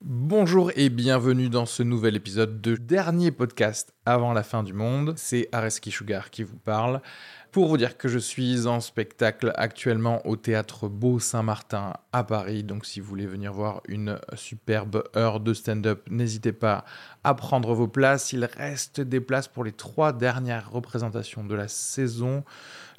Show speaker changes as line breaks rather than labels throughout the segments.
Bonjour et bienvenue dans ce nouvel épisode de dernier podcast avant la fin du monde. C'est Areski Sugar qui vous parle. Pour vous dire que je suis en spectacle actuellement au théâtre Beau Saint-Martin à Paris. Donc si vous voulez venir voir une superbe heure de stand-up, n'hésitez pas à prendre vos places. Il reste des places pour les trois dernières représentations de la saison.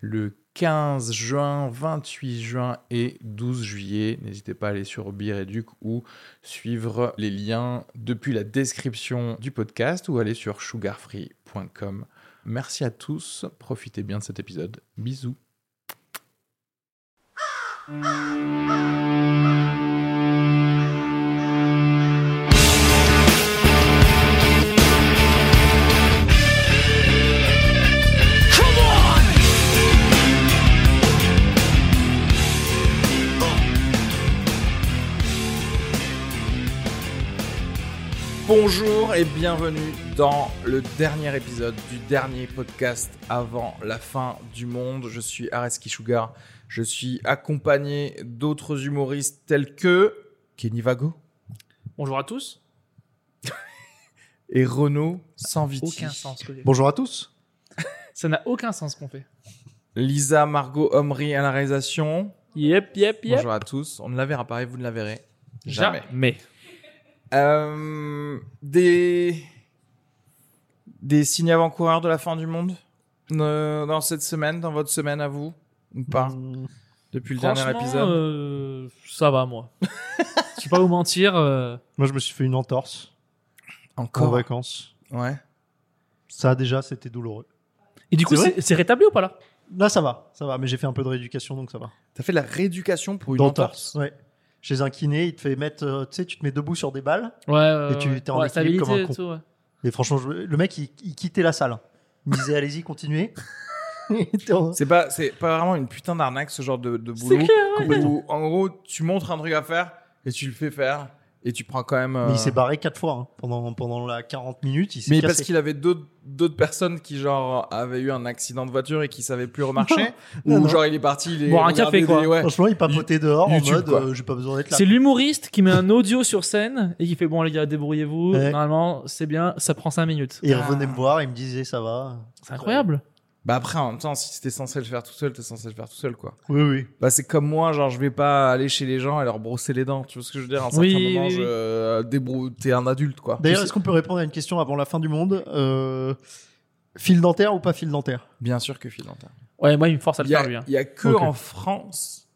Le 15 juin, 28 juin et 12 juillet. N'hésitez pas à aller sur Bireduc ou suivre les liens depuis la description du podcast ou aller sur sugarfree.com. Merci à tous, profitez bien de cet épisode. Bisous. Bonjour et bienvenue dans le dernier épisode du dernier podcast avant la fin du monde. Je suis Areski Sugar. Je suis accompagné d'autres humoristes tels que Kenny Vago
Bonjour à tous.
et Renaud Sanviti.
Aucun sens. ce que j'ai fait.
Bonjour à tous.
Ça n'a aucun sens ce qu'on fait.
Lisa Margot Omri à la réalisation.
Yep, yep, yep.
Bonjour à tous. On ne la verra pas et vous ne la verrez jamais.
Jamais.
Euh, des des signes avant-coureurs de la fin du monde Ne- dans cette semaine, dans votre semaine à vous ou pas
Mmh.
depuis le dernier
Franchement,
épisode
euh, ça va moi. Je vais pas vous mentir. euh,
Moi, je me suis fait une entorse en
Encore
vacances.
Ouais.
Ça, déjà, c'était douloureux.
Et du coup,
C'est vrai
c'est c'est rétabli ou pas là
Là, ça va, ça va, mais j'ai fait un peu de rééducation, donc ça va.
T'as fait de la rééducation pour une entorse.
Ouais. Chez un kiné, il te fait mettre, euh, tu sais, tu te mets debout sur des balles.
Ouais. ouais,
Et tu-
ouais.
t'es en
Ouais,
équilibre comme un
stabilité et
con.
tout, ouais.
Et franchement, je- le mec, il, il quittait la salle. Il me disait, allez-y, continuez. Il était en-
C'est pas c'est pas vraiment une putain d'arnaque ce genre de, de
C'est
boulot
clair. ouais.
où en gros tu montres un truc à faire et tu le fais faire et tu prends quand même. euh,
Mais il s'est barré quatre fois hein. pendant, pendant la 40 minutes. Il s'est
mais
cassé.
parce qu'il avait d'autres d'autres personnes qui genre avaient eu un accident de voiture et qui savaient plus remarcher
Non,
ou
non.
genre il est parti il est
Boire un
regardé
café, quoi.
des- ouais.
Franchement, il papotait dehors
YouTube,
en mode,
quoi.
euh, j'ai pas besoin d'être là.
C'est l'humoriste qui met un audio sur scène et qui fait bon les gars débrouillez-vous.
Ouais.
Normalement c'est bien, ça prend 5 minutes.
Et il revenait me voir, il me disait, ça va.
C'est incroyable.
Bah après, en même temps, si t'es censé le faire tout seul, t'es censé le faire tout seul, quoi.
Oui, oui.
Bah c'est comme moi, genre je vais pas aller chez les gens et leur brosser les dents, tu vois ce que je veux dire À un certain
Oui,
moment,
oui,
je
oui.
euh, débrou- t'es un adulte, quoi.
D'ailleurs, est-ce qu'on peut répondre à une question avant la fin du monde Euh, Fil dentaire ou pas fil dentaire
bien sûr que fil dentaire.
Ouais moi il me force à
Il
le
y
faire
a,
lui. hein.
il y a que
Ok.
en France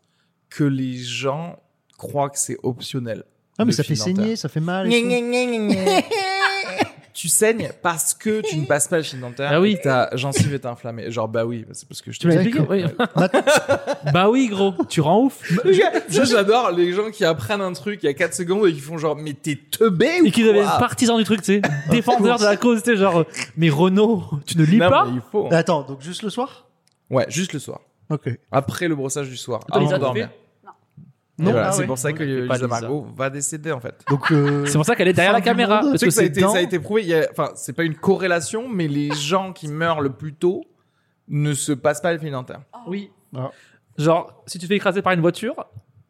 que les gens croient que c'est optionnel.
Ah,
Le
mais ça fait
fil dentaire.
saigner, ça fait mal. et tout.
tu saignes parce que tu ne passes pas le fil dentaire.
Ah oui.
et Ta gencive est inflammée. Genre bah oui, c'est parce que je te
Tu m'as expliqué ouais. Bah oui gros, tu rends ouf.
Je- J'adore les gens qui apprennent un truc il y a 4 secondes et qui font genre mais t'es teubé ou
Et qui deviennent
quoi
partisans du truc, tu sais, défendeurs de la cause, tu sais, genre, euh, mais Renault, tu ne lis
Non,
pas
mais il faut.
Mais Bah, Attends, donc juste le soir
Ouais, juste le soir.
Ok.
Après le brossage du soir.
Attends,
avant
Lisa,
de dormir.
t'as
Et voilà,
Ah
c'est
ouais.
pour ça que
Elle fait pas
Lisa
Lisa.
Margot va décéder en fait.
Donc, euh,
C'est pour ça qu'elle est derrière
Fin
la
du
caméra.
monde.
Parce
Tu sais
que
que ça a,
c'est
été, ça
dans-
a été prouvé, il y a- enfin, c'est pas une corrélation, mais les gens qui meurent le plus tôt ne se passent pas le fil dentaire.
Oui.
Ah.
Genre, si tu te fais écraser par une voiture,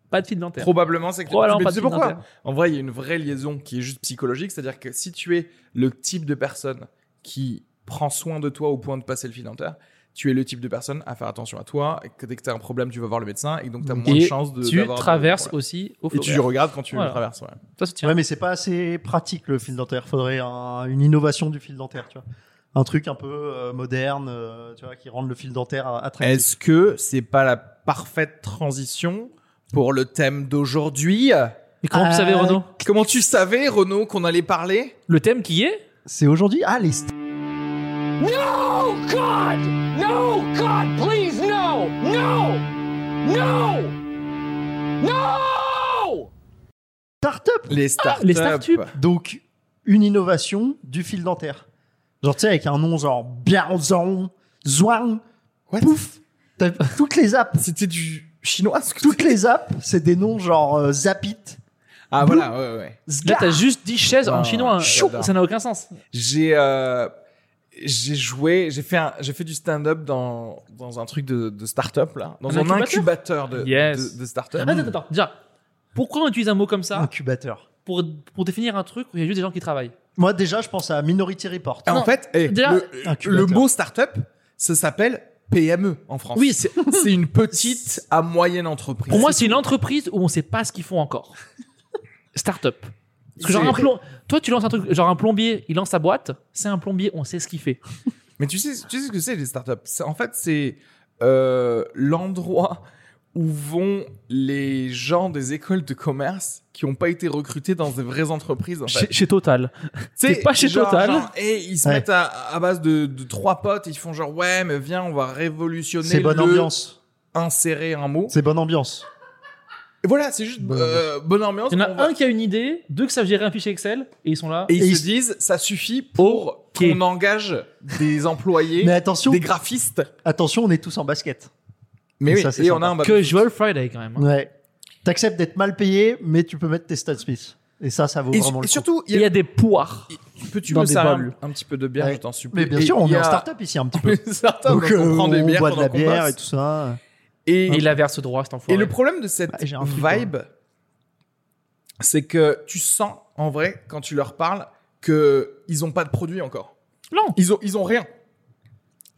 pas de fil dentaire. Oh,
Probablement, c'est que
Probablement
Mais
pas
tu sais
de fil
pourquoi
dentaire.
En vrai, il y a une vraie liaison qui est juste psychologique, c'est-à-dire que si tu es le type de personne qui prend soin de toi au point de passer le fil dentaire, tu es le type de personne à faire attention à toi, et que dès que tu as un problème, tu vas voir le médecin, et donc tu as moins
Et
de chances de.
Tu
d'avoir de
traverses
problèmes.
aussi au
Et
flot.
tu regardes quand tu
Voilà.
traverses. ouais.
Ça, c'est- tiens.
Ouais, mais c'est pas assez pratique le fil dentaire. Faudrait un- une innovation du fil dentaire, tu vois. Un truc un peu euh, moderne, euh, tu vois, qui rende le fil dentaire euh, attractif.
Est-ce que c'est pas la parfaite transition pour le thème d'aujourd'hui
Mais comment tu
Euh,
savais, Renault
Comment tu savais, Renaud, qu'on allait parler
Le thème qui est
C'est aujourd'hui Ah, les st-
No, God! No, God, please, no! No! No! No!
startups
Les startups.
Ah, les startups.
Donc, une innovation du fil dentaire. Genre, tu sais, avec un nom genre Biarzon, Zouang,
What
pouf T'as- Toutes les apps,
C'était du chinois ce que tu-
toutes les apps, c'est des noms genre euh, Zapit,
Ah voilà, ouais, ouais, ouais.
Là,
Zgar.
t'as juste dit chaise
Ah,
en chinois. hein.
chou.
Ça n'a aucun sens.
J'ai euh, j'ai joué, j'ai fait un- j'ai fait du stand-up dans dans un truc de, de startup là, dans
Un
un,
incubateur
incubateur, de
Yes. Ah,
de, de startup.
Attends, attends, attends. Déjà, pourquoi on utilise un mot comme ça
Incubateur.
pour, pour définir un truc où il y a juste des gens qui travaillent.
Moi, déjà, je pense à Minority Report.
Non,
en fait, eh,
déjà-
le, le
Incubateur.
mot startup, ça s'appelle PME en France.
Oui.
c'est c'est une petite à moyenne entreprise.
Pour moi, c'est une entreprise où on sait pas ce qu'ils font encore. Startup. Parce que genre
C'est-
un plomb... Toi, tu lances un truc, genre un plombier, il lance sa boîte, c'est un plombier, on sait ce qu'il fait.
Bah, Mais tu sais, tu sais ce que c'est les startups C'est- En fait, c'est euh, l'endroit où vont les gens des écoles de commerce qui n'ont pas été recrutés dans des vraies entreprises. En fait.
Total.
Tu sais,
pas chez
genre-
Total.
genre, et ils se
Ouais.
mettent à, à base de, de trois potes, ils font genre ouais, mais viens, on va révolutionner.
C'est bonne
le-
ambiance.
Insérer un mot.
C'est bonne ambiance.
Et voilà, c'est juste
Bonne
euh, bonne ambiance.
Il y en
on
a
va-
un qui a une idée, deux qui savent gérer un fichier Excel, et ils sont là.
Et ils,
Et ils-
se disent, ça suffit pour
Ok.
qu'on engage des employés,
Mais attention,
des graphistes.
attention, on est tous en basket.
Mais
Et
oui,
ça, c'est
et on
sympa.
a un bas-
Que Joel Friday, quand même. hein.
Ouais. T'acceptes d'être mal payé, mais tu peux mettre tes stats Smith. Et ça, ça vaut
Et,
vraiment
et
le coup.
surtout,
Et Il y a des poires.
peux-tu
dans
me
des
servir
bols.
un, un petit peu de bière,
Ouais.
je t'en supplie.
Mais bien
Et
sûr, on
il y
est en
a-
startup ici un petit peu.
une startup, donc
euh,
on prend des bières
boit de la
pendant qu'on
bière
bosse.
et tout ça.
Et,
Et il la verse droit, cet enfoiré.
et le problème de cette
Bah, j'ai un truc,
vibe, c'est que tu sens, en vrai, quand tu leur parles, qu'ils n'ont pas de produit encore.
Non.
Ils ont, ils ont rien.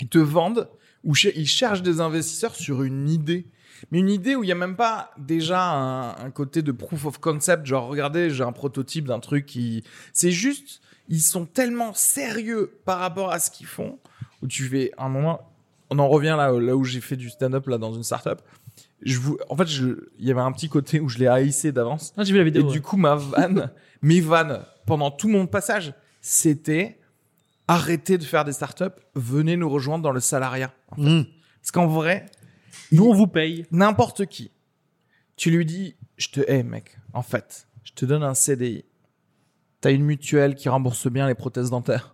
Ils te vendent ou ch- ils cherchent des investisseurs sur une idée. Mais une idée où il n'y a même pas déjà un, un côté de proof of concept, genre regardez, j'ai un prototype d'un truc qui. C'est juste, ils sont tellement sérieux par rapport à ce qu'ils font, où tu fais un moment. On en revient là, là où j'ai fait du stand-up là dans une startup. Je vous, en fait, je- il y avait un petit côté où je l'ai haïssé d'avance.
Non, Ah, j'ai vu la
Et
vidéo. ouais.
du coup, ma vanne, mes vannes, pendant tout mon passage, c'était arrêtez de faire des startups, venez nous rejoindre dans le salariat.
Mmh.
Parce qu'en vrai,
Nous, on vous paye.
n'importe qui, tu lui dis, je te hais, mec, en fait, je te donne un CDI. T'as une mutuelle qui rembourse bien les prothèses dentaires.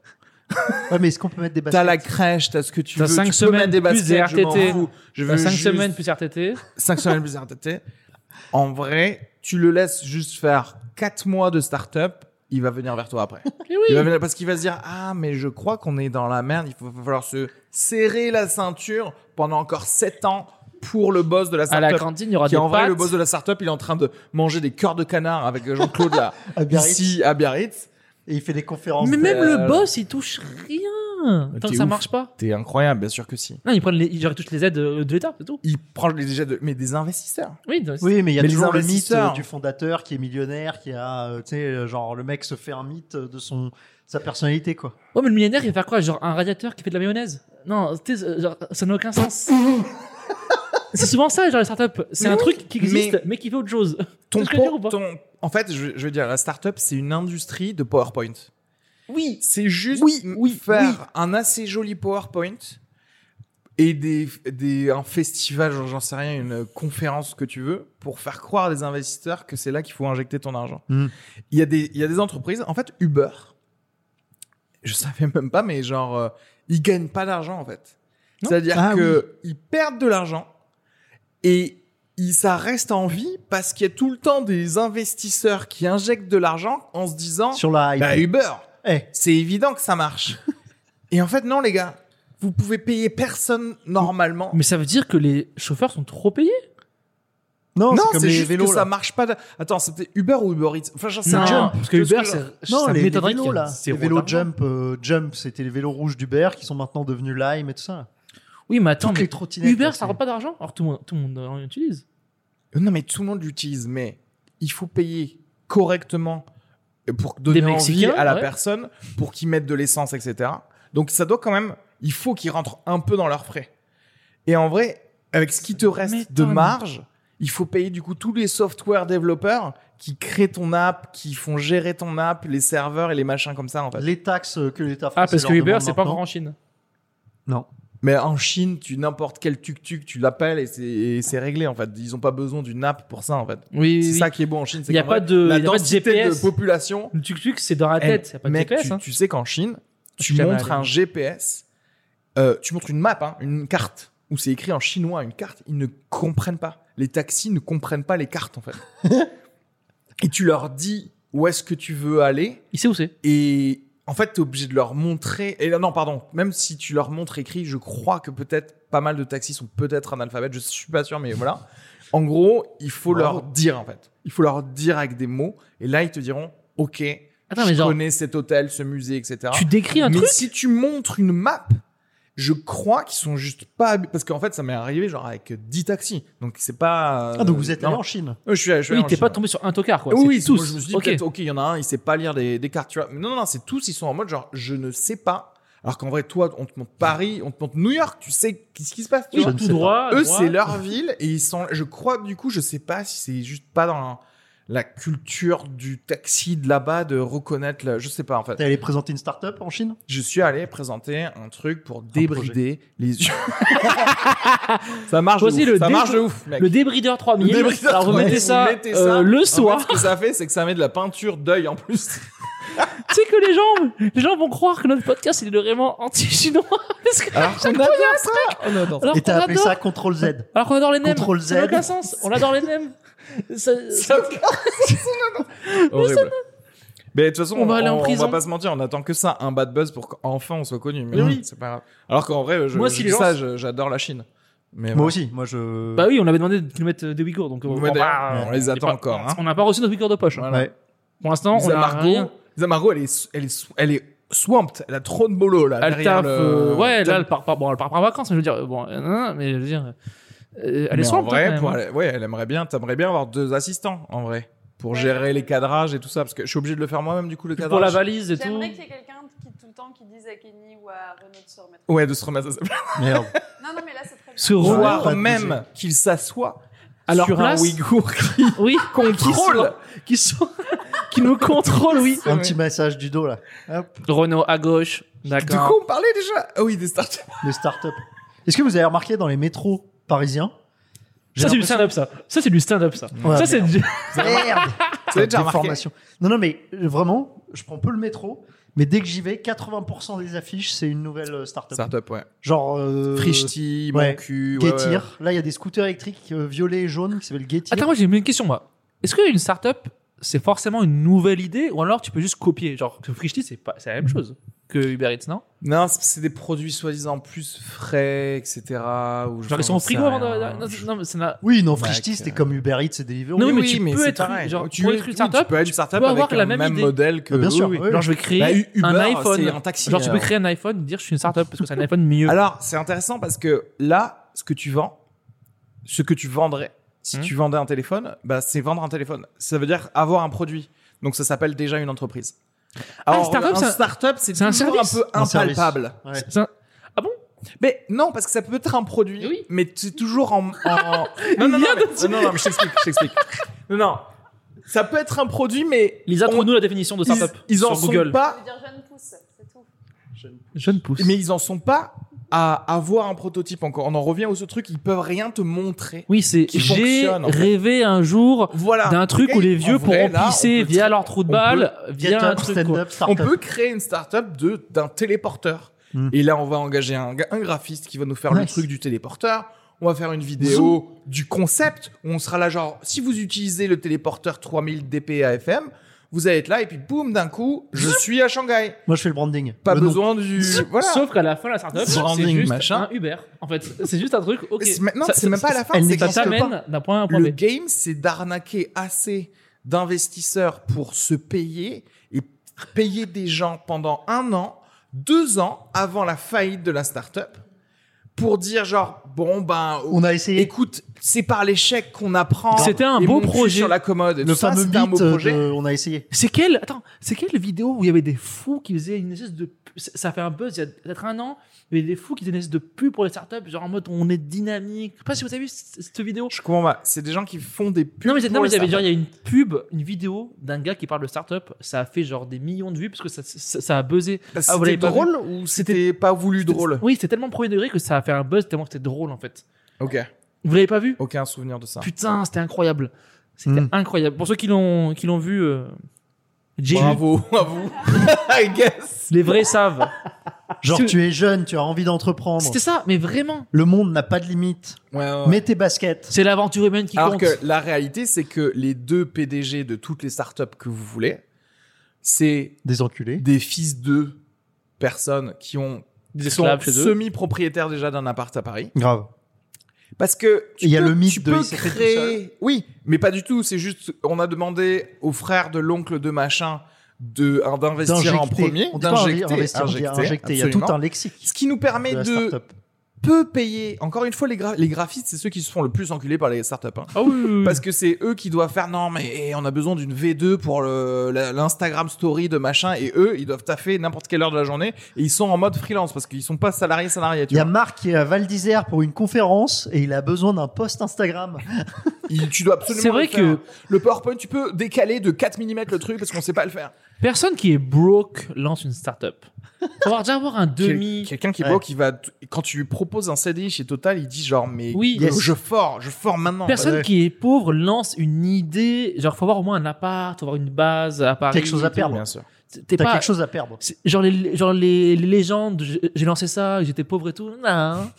Ouais, mais est-ce qu'on peut mettre des
T'as
baskets
la crèche, t'as ce que tu
T'as
veux.
cinq
tu peux
semaines
mettre des
plus des
baskets, je m'en
RTT.
fous. Je veux
5
juste-
semaines plus RTT.
5 semaines plus RTT. En vrai, tu le laisses juste faire 4 mois de start-up, il va venir vers toi après.
Et
Il
oui.
va venir- parce qu'il va se dire Ah, mais je crois qu'on est dans la merde, il faut- va falloir se serrer la ceinture pendant encore 7 ans pour le boss de la
À la
start-up.
cantine, il y aura
Qui
des
en vrai,
pâtes.
le boss de la start-up, il est en train de manger des cœurs de canard avec Jean-Claude là,
à Biarritz
ici à Biarritz.
Et il fait des conférences.
Mais même
Euh,
le boss, il touche rien. Tant
t'es
que ça
ouf.
marche pas.
T'es incroyable, bien sûr que si.
Non, ils prennent les, ils- genre, ils touchent les aides euh, de l'État, c'est tout.
Il prend les déjà de, mais des investisseurs.
Oui, non, c'est-
Oui, mais il y a
Mais les
toujours le mythe
investisseurs.
euh, du fondateur qui est millionnaire, qui a, euh, tu sais, euh, genre le mec se fait un mythe de son sa personnalité quoi.
Ouais, mais le millionnaire, il va faire quoi Genre un radiateur qui fait de la mayonnaise Non, tu sais, euh, genre, ça n'a aucun sens. c'est souvent ça, genre les startups. C'est
Mais
un
oui,
truc qui existe,
mais-
mais, qui fait autre chose.
Ton
C'est ce que je
po-
veux dire ou pas
ton- en fait, je, je veux dire, la start-up, c'est une industrie de PowerPoint.
Oui.
C'est juste
Oui,
m-
oui,
faire
oui.
un assez joli PowerPoint et des, des, un festival, genre, j'en sais rien, une conférence que tu veux, pour faire croire à des investisseurs que c'est là qu'il faut injecter ton argent.
Hmm.
Mm.
Il, y a des, il y a des entreprises, en fait, Uber, je savais même pas, mais genre, euh, ils gagnent pas d'argent, en fait.
Non.
C'est-à-dire
Ah
que ils perdent de l'argent et il- ça reste en vie parce qu'il y a tout le temps des investisseurs qui injectent de l'argent en se disant
Sur la hype.
bah, Uber,
Eh,
c'est évident que ça marche. Et en fait, non, les gars, vous pouvez payer personne normalement.
Mais ça veut dire que les chauffeurs sont trop payés
Non,
non,
c'est comme
c'est
les
juste
vélos
que ça
là.
marche pas. de- Attends, c'était Uber ou Uber Eats Enfin, j'en sais
Non,
rien.
parce que
Tu vois ce
Uber,
je-
c'est
Non,
ça
les, les
m'étonnerait
vélos
qu'il y ait
là, les
zéro
vélos
d'argent.
Jump, euh, Jump, c'était les vélos rouges d'Uber qui sont maintenant devenus Lime et tout ça.
Oui, mais attends,
Toutes
mais
les trottinettes.
Uber,
là,
ça
c'est-
rend pas d'argent Alors tout le monde, tout le monde euh, en utilise.
Non, mais tout le monde l'utilise, mais il faut payer correctement pour donner
Des
envie
Mexicains,
à la
ouais.
personne, pour qu'ils mettent de l'essence, etc. Donc ça doit quand même, il faut qu'ils rentrent un peu dans leurs frais. Et en vrai, avec ce qui te reste de
m'étonne.
marge, il faut payer du coup tous les software développeurs qui créent ton app, qui font gérer ton app, les serveurs et les machins comme ça en fait.
Les taxes euh, que l'État français.
Ah, parce que
leur
Uber,
demande
c'est pas
maintenant.
encore en Chine.
Non.
Mais en Chine, tu n'importe quel tuk-tuk, tu l'appelles et c'est- et c'est réglé en fait. Ils ont pas besoin d'une app pour ça en fait.
Oui,
C'est ça qui est bon en Chine, c'est
Il y a
qu'en
pas
vrai,
de-
la
il y a pas de
densité
GPS.
de population
Le tuk-tuk, c'est dans la
Eh,
tête. Il a pas de
mec,
GPS.
tu,
hein.
tu sais qu'en Chine,
Je
tu
suis jamais
montres
allé.
un GPS, euh, tu montres une map, hein, une carte, où c'est écrit en chinois, une carte, ils ne comprennent pas. Les taxis ne comprennent pas les cartes, en fait. et tu leur dis où est-ce que tu veux aller,
Il sait où c'est.
et en fait, tu es obligé de leur montrer. Et là, non, pardon, même si tu leur montres écrit, je crois que peut-être pas mal de taxis sont peut-être analphabètes, je suis pas sûr, mais voilà. En gros, il faut
Wow.
leur dire, en fait. Il faut leur dire avec des mots. Et là, ils te diront, OK,
Attends,
je
mais genre-
connais cet hôtel, ce musée, etc.
Tu décris un
mais
truc
si tu montres une map, je crois qu'ils sont juste pas... hab- Parce qu'en fait, ça m'est arrivé, genre, avec 10 taxis. Donc, c'est pas... euh,
Ah, donc vous êtes allé
non.
en Chine.
Euh, Je suis, allé- je suis allé
Oui,
en
t'es pas
Chine.
tombé sur un tocard, quoi.
Oui,
c'est
oui,
tous.
moi, je me suis dit,
Ok.
peut-être, ok, il y en a un, il sait pas lire des, des cartes, tu vois. Mais non, non, non, c'est tous, ils sont en mode genre, je ne sais pas. Alors qu'en vrai, toi, on te montre Paris, on te montre New York, tu sais qu'est-ce qui se passe, tu
Oui,
vois.
ne
tout
sais pas.
droit.
Eux,
droit.
c'est leur ville et ils sont, je crois, du coup, je sais pas si c'est juste pas dans la culture du taxi de là-bas de reconnaître, la- je sais pas, en fait.
T'es allé présenter une start-up en Chine
Je suis allé présenter un truc pour débrider les yeux. ça marche de
Voici
ouf,
le
ça
dé-
marche de ouf, mec.
Le débrideur 3000.
Le débrideur
Alors, vous
3000,
mettez ça,
vous mettez
euh,
ça.
le
En fait,
soir.
ce que ça fait, c'est que ça met de la peinture d'œil en plus.
tu sais que les gens, les gens vont croire que notre podcast, il est vraiment anti-chinois. Parce que-
Alors qu'on adore ça On adore
alors
Et
qu'on
t'as appelé
adore,
ça Control Z.
alors qu'on adore les nems.
Contrôle
Ça n'a
Z.
aucun sens. On adore les nems. Ça-
ça. Horrible. Mais de toute façon,
On
on,
va aller en
on- on
prison.
va pas se mentir, on attend que ça, un bad buzz pour qu'enfin on soit connu. Mais
Mais
bon,
oui.
c'est pas grave. Alors qu'en vrai, je,
Moi,
je
si
dis
les gens-
ça, je- j'adore la Chine. Mais
Moi
voilà.
aussi, moi je.
Bah oui, on avait demandé de nous mettre des Ouïghours, donc euh, on,
Ouais,
on,
d'ailleurs,
va-
on les
bah, on
attend
est pas-
encore. Hein.
on n'a pas reçu notre Ouïghours de poche. hein.
Voilà.
Ouais.
Pour l'instant, on
Lisa
a
Margot,
rien.
Lisa Margot, elle est, elle est, elle est swamped, elle a trop de boulot là.
Elle
derrière
taffe,
le-
euh, ouais, là,
Putain.
elle part pas, bon, elle part pas en vacances, mais je veux dire, euh, bon, euh, non, non, mais je veux dire, euh, elle
Mais
est
en
swamp,
vrai, pour aller- ouais, elle aimerait bien, t'aimerais bien avoir deux assistants en vrai pour gérer les cadrages et tout ça parce que je suis obligé de le faire moi-même du coup le
pour,
cadrage.
la valise et tout.
J'aimerais qu'il y ait quelqu'un qui tout le temps qui dise à Kenny ou à Renaud de se remettre.
Ouais, de se remettre à sa place.
Merde.
Non, non, mais là c'est très bien.
Ce
Ouais.
roi,
Voire
pas
même qu'il s'assoit
à leur
sur
place,
un Ouïghour qui
oui,
contrôle.
qui sont, qui nous contrôle, oui.
Un petit massage du dos là. Hop,
Renault à gauche,
De quoi
d'accord.
on parlait déjà Ah oui, des startups.
les start-up. Est-ce que vous avez remarqué dans les métros parisiens j'ai
Ça c'est du
l'impression-
stand-up, ça. Ça c'est du stand-up, ça.
Ouais,
ça c'est du...
Merde
Ah,
Vous avez déjà
Des
remarqué
formations. Non, non, mais euh, vraiment, je prends peu le métro, mais dès que j'y vais, 80% des affiches, c'est une nouvelle euh, start-up.
Startup, ouais.
Genre. Euh,
Frishti,
ouais.
mon cul, ouais,
Getir. Là, il y a des scooters électriques euh, violets et jaunes qui s'appellent Getir.
Attends, moi j'ai une question, moi. Est-ce qu'une start-up, c'est forcément une nouvelle idée, ou alors tu peux juste copier Genre, que Frishti, c'est pas, c'est la même chose que Uber Eats, non
ouais. Non, c'est- c'est des produits soi-disant plus frais, etc. Ou
Genre, ils sont au frigo avant de... Non, c'est- non, mais ça n'a...
Oui, non,
Mac,
Frishti, c'était
euh.
comme Uber Eats et Deliveroo.
Non,
Oui,
mais
oui,
tu
mais
peux
c'est
être-
pareil.
genre,
tu,
pour
es-
être une
oui,
startup,
tu peux être une startup
peux
avec
avoir
un
la même idée. Ah,
modèle que
Bien sûr,
oui, oui.
ouais.
Genre, je vais créer
Bah, U- Uber,
un iPhone.
c'est un taxi.
Genre, tu peux
euh.
créer un iPhone, dire je suis une startup parce que c'est un iPhone mieux.
Alors, c'est intéressant parce que là, ce que tu vends, ce que tu vendrais, si
Hmm.
tu vendais un téléphone, bah, c'est vendre un téléphone. Ça veut dire avoir un produit. Donc, ça s'appelle déjà une entreprise.
Ah,
Alors,
startup, c'est un-
un startup, c'est
c'est un
toujours un
service.
peu
Un service.
impalpable.
Ouais.
C'est un-
Mais non, parce que ça peut être un produit,
Oui.
mais c'est toujours en... en- Non, non, non, mais, non, non, mais je t'explique, je t'explique. Non, non. Ça peut être un produit, mais...
Lisa,
on-
trouve-nous la définition de startup.
Ils, ils en
sur
sont
Google.
Ça
pas...
veut dire jeune pousse, c'est tout.
Jeune pousse.
Mais ils en sont pas à avoir un prototype encore. On en revient au ce truc, ils peuvent rien te montrer.
Oui, c'est
Qui
j'ai
fonctionne, en fait.
rêvé un jour
Voilà.
d'un truc
Et
où les
en
vieux
vrai,
pourront
là, on
pisser
peut-
via leur trou de
on
balle, via un
Getir,
truc. quoi.
stand-up,
On
start-up.
peut créer une startup de d'un téléporteur.
Hmm.
Et là, on va engager un, ga- un graphiste qui va nous faire le
Nice.
truc du téléporteur. On va faire une vidéo du concept où on sera là genre si vous utilisez le téléporteur 3000 dpi AFM, vous allez être là et puis boum d'un coup, je suis à Shanghai.
Moi, je fais le branding.
Pas
Le nom.
besoin du voilà.
Sauf qu'à la fin, la startup, c'est
Branding,
juste
machin.
un Uber. En fait, c'est juste un truc. Ok.
C'est- maintenant,
Ça-
c'est même pas à la fin,
elle
c'est
Ça
n'existe pas.
t'amène d'un point A à un point
Le
B.
game, c'est d'arnaquer assez d'investisseurs pour se payer et payer des gens pendant un an, deux ans avant la faillite de la startup pour dire genre bon ben
On a essayé
écoute c'est par l'échec qu'on apprend.
C'était un
et
beau
mon cul
projet.
sur la commode. et
le
tout ça,
fameux
c'était un beau
beat. euh,
projet.
de- On a essayé.
C'est quelle attends, c'est quelle vidéo où il y avait des fous qui faisaient une espèce de ça ça fait un buzz il y a peut-être un an, il y avait des fous qui faisaient une espèce de pub pour les startups genre en mode on est dynamique. Je sais pas si vous avez vu c- cette vidéo.
Je comprends pas. C'est des gens qui font des pubs.
Non mais, c'est- non,
pour
mais
les
il y avait
startups.
genre il y a une pub, une vidéo d'un gars qui parle de startup, ça a fait genre des millions de vues parce que ça, ça, ça a buzzé.
Bah,
Ah,
c'était
vous l'avez pas vu
drôle ou c'était pas voulu drôle.
Oui, c'était tellement premier degré que ça a fait un buzz tellement que c'était drôle en fait.
Ok.
Vous l'avez pas vu
Aucun souvenir de ça. Hmm.
Putain, c'était incroyable. C'était
Mm.
incroyable. Pour ceux qui l'ont qui l'ont vu euh, j'ai vu.
Bravo à vous. I guess.
les vrais savent.
Genre,
C'est-
tu es jeune, tu as envie d'entreprendre.
C'était ça, mais vraiment,
Le monde n'a pas de limite.
Ouais, ouais, ouais.
Mets tes baskets.
c'est l'aventure humaine qui
Alors
compte.
que la réalité, c'est que les deux PDG de toutes les startups que vous voulez, c'est
Des enculés.
des fils de personnes qui ont
Des
qui sont
esclaves chez eux.
semi-propriétaires déjà d'un appart à Paris
Grave.
Parce que tu
Il y a
peux-
le mythe
tu
de
peux
il s'est fait tout seul.
créer. Oui, mais pas du tout. C'est juste, on a demandé au frère de l'oncle de machin de un- d'investir en
D'injecter.
premier,
On dit pas
d'injecter,
investir, on dit injecter. Il y a tout
absolument.
un lexique
Ce qui nous permet
de la
de,
startup.
peu payer. Encore une fois, les, gra- les graphistes, c'est ceux qui se font le plus enculer par les startups. hein.
Ah oui, oui, oui.
Parce que c'est eux qui doivent faire non mais eh, on a besoin d'une V2 pour le- la- l'Instagram story de machin et eux ils doivent taffer n'importe quelle heure de la journée et ils sont en mode freelance parce qu'ils sont pas salariés salariés tu
Il y a
vois.
Marc qui est à Val d'Isère pour une conférence et il a besoin d'un post Instagram.
Il- tu dois absolument
C'est vrai
le faire. le PowerPoint tu peux décaler de 4 mm le truc parce qu'on sait pas le faire.
personne qui est broke lance une startup. Faut avoir- déjà avoir un demi.
Quel- Quelqu'un qui est
Ouais.
broke, il va t- quand tu lui proposes un CDI chez Total, il dit genre mais
Oui.
je-
Yes.
je forme, je forme maintenant.
Personne
ouais.
qui est pauvre lance une idée. Genre, faut avoir au moins un appart, faut avoir une base à Paris.
Quelque chose à
et tout.
perdre.
bien sûr.
T'es
T'as
pas.
quelque chose à perdre.
c'est- Genre les, genre les, les légendes, j'ai- j'ai lancé ça, j'étais pauvre et tout. Non,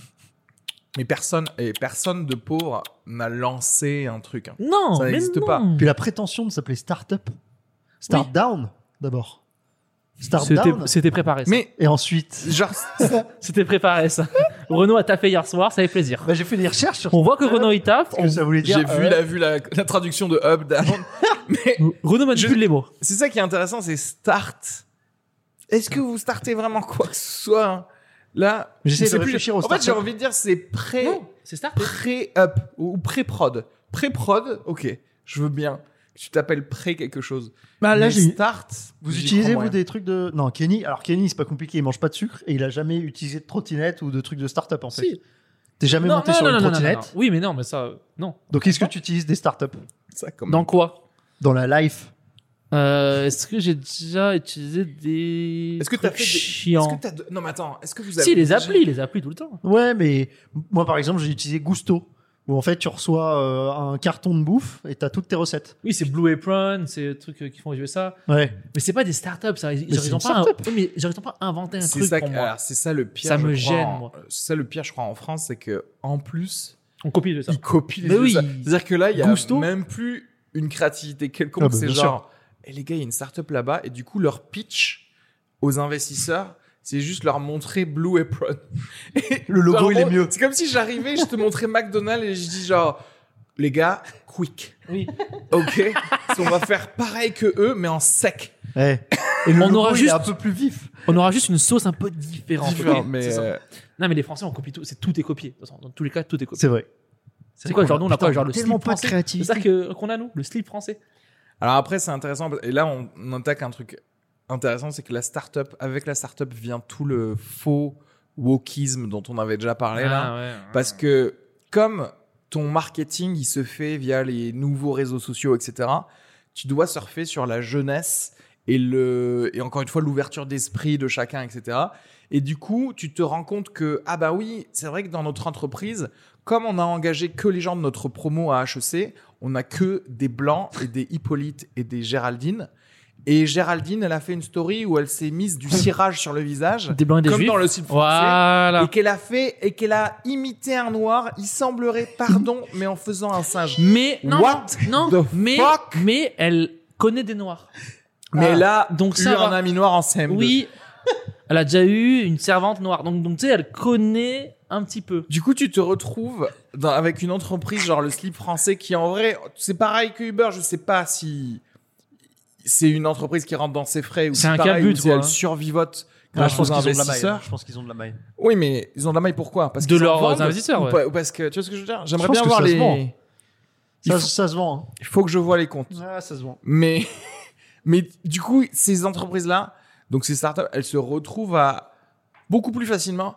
Mais personne et personne de pauvre n'a lancé un truc. hein.
non,
Ça
mais
n'existe
non.
pas.
Puis la prétention de s'appeler startup. Start
Oui.
down d'abord. Start
C'était
down.
c'était préparé. ça.
Mais
Et ensuite,
genre
C'était préparé ça. Renaud a taffé hier soir, ça fait plaisir.
Bah, j'ai fait des recherches sur
On voit que Renaud il tape.
ce que ça voulait dire.
J'ai vu,
Ouais.
la, vu la, la traduction de Up Down. Mais
on- Renaud manipule
Je-
les mots.
c'est ça qui est intéressant, c'est start. Est-ce que vous startez vraiment quoi que ce soit hein Là,
J'essaie
je sais
de réfléchir
plus.
au
En fait,
start-up.
j'ai envie de dire c'est pré
c'est start.
pré up ou pré prod. Pré prod, ok, je veux bien. Tu t'appelles pré quelque chose.
Ah,
Bah, là,
Mais
j'ai-
start.
Vous
j'y
utilisez
crois
vous
moyen.
des trucs de non Kenny alors Kenny c'est pas compliqué il mange pas de sucre et il a jamais utilisé de trottinette ou de trucs de start-up en fait.
Si.
T'es jamais monté sur une trottinette.
non. Oui, mais non, mais ça, euh, non.
Donc est-ce que tu utilises des start-up
ça comme
Dans quoi
dans la life
Euh, Est-ce que j'ai déjà utilisé des
Est-ce que t'as
trucs
fait des-
chiants
Est-ce que t'as de- Non mais attends, est-ce que vous avez
Si les
déjà-
applis, les applis tout le temps.
Ouais mais moi par exemple j'ai utilisé Gusto où en fait tu reçois euh, un carton de bouffe et t'as toutes tes recettes.
Oui, c'est Blue Apron, c'est des trucs euh, qui font jouer ça.
Ouais.
Mais c'est pas des startups, ça. Ils,
Mais
genre,
c'est
ils ont
une
pas. un-
startup.
Oui, mais genre, ils ont pas inventé un
C'est
truc
ça,
pour
que- Ah.
moi.
alors, c'est ça le pire.
Ça
je crois,
me gêne,
en-
moi.
C'est ça le pire, je crois, en France, c'est que en plus,
On copie de ça.
ils copient les
Mais
deux,
oui.
ça. C'est-à-dire que là, il y a
Gusto.
même plus une créativité quelconque.
Ah bah,
c'est
bien
genre, et les gars, il y a une startup là-bas, et du coup, leur pitch aux investisseurs. C'est juste leur montrer Blue Apron. Et
Le logo,
leur
il est
mon-
mieux.
C'est comme si j'arrivais, je te montrais McDonald's et je dis genre, les gars, quick.
Oui.
Ok On va faire pareil que eux, mais en sec.
Ouais.
Et on
Le
aura
logo, il est
juste,
un peu plus vif.
on aura juste une sauce un peu différente.
Différent,
Oui, c'est
mais
ça.
euh,
Non, mais les Français, on copie tout. C'est tout est copié. De toute façon, Dans tous les cas, tout est copié.
C'est vrai.
C'est quoi, genre, nous, on a
Putain,
quoi, genre, le
tellement
slip
pas de
français C'est
créativité.
ça que- qu'on a, nous, le slip français.
Alors après, c'est intéressant. parce- Et là, on, on attaque un truc intéressant, c'est que la startup, avec la startup vient tout le faux wokisme dont on avait déjà parlé Ah, là. Parce que comme ton marketing, il se fait via les nouveaux réseaux sociaux, etc., tu dois surfer sur la jeunesse et, le, et encore une fois l'ouverture d'esprit de chacun, etc. Et du coup, tu te rends compte que, ah bah oui, c'est vrai que dans notre entreprise, comme on a engagé que les gens de notre promo à HEC, on n'a que des Blancs et des Hippolyte et des Géraldine. Et Géraldine, elle a fait une story où elle s'est mise du cirage sur le visage,
Des blancs et des
comme
juifs.
dans le site français
Voilà.
et qu'elle a fait et qu'elle a imité un noir, il semblerait, pardon, mais en faisant un singe.
Mais non,
What
non,
the
mais
fuck
mais elle connaît des noirs.
Mais
Ah,
là,
donc
donc
ça
eu
va.
un ami noir en CM2.
Oui, elle a déjà eu une servante noire, donc donc tu sais, elle connaît un petit peu.
Du coup, tu te retrouves dans- avec une entreprise genre le slip français qui, en vrai, c'est pareil que Uber. Je sais pas si c'est une entreprise qui rentre dans ses frais ou
C'est
si
un
pareil,
calbut,
ou si
quoi,
elle
hein.
survivote
Ouais,
grâce
Ah, je pense
aux
qu'ils ont de la maille.
investisseurs.
Je pense qu'ils ont de la maille.
Oui, mais ils ont de la maille pourquoi Parce
De
qu'ils
leurs
en vendent
investisseurs,
ou
ouais.
pas- ou parce que tu vois ce que je veux dire J'aimerais
pense
bien
que
voir
ça se
les.
vend.
Il
Ça,
faut-
ça se vend.
Il faut que je vois les comptes.
hein. Ah, ça se vend.
Mais, mais du coup, ces entreprises-là, donc ces startups, elles se retrouvent à beaucoup plus facilement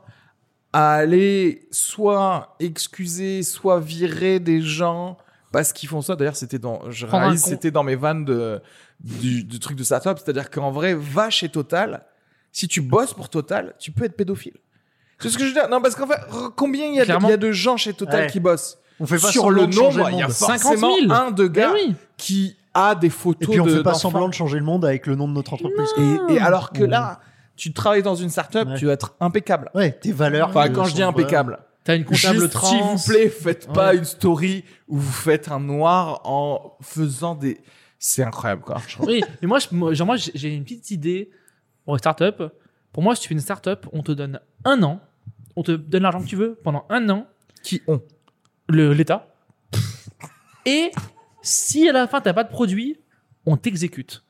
à aller soit excuser, soit virer des gens parce qu'ils font ça. D'ailleurs, c'était dans, je
Prendre un
réalise,
con-
c'était dans mes vannes de, du, du truc de startup. C'est-à-dire qu'en vrai, va chez Total. Si tu bosses pour Total, tu peux être pédophile. C'est ce que je veux dire. Non, parce qu'en fait, re- combien il y, a de-
Clairement.
il y a de gens chez Total
Ouais.
qui bossent
On fait pas
Sur
semblant
le
de changer
nombre, il y a
monde.
50
forcément
000.
un de
Ben
gars
oui.
qui a des photos
Et puis on
de-
fait pas
d'enfants.
semblant de changer le monde avec le nom de notre entreprise. Ah.
Et, et alors que là, tu travailles dans une startup,
Ouais.
tu dois être impeccable.
Ouais, tes valeurs.
Enfin,
euh,
quand je
sont
dis impeccable,
T'as une comptable
juste,
trans.
s'il vous plaît, faites pas
Ouais.
une story où vous faites un noir en faisant des. C'est incroyable, quoi. je trouve.
Oui, mais moi, je- moi, genre moi, j'ai- j'ai une petite idée pour les startups. Pour moi, si tu fais une startup, on te donne un an, on te donne l'argent que tu veux pendant un an.
Qui ont
le- l'État. Et si à la fin, t'as pas de produit, on t'exécute.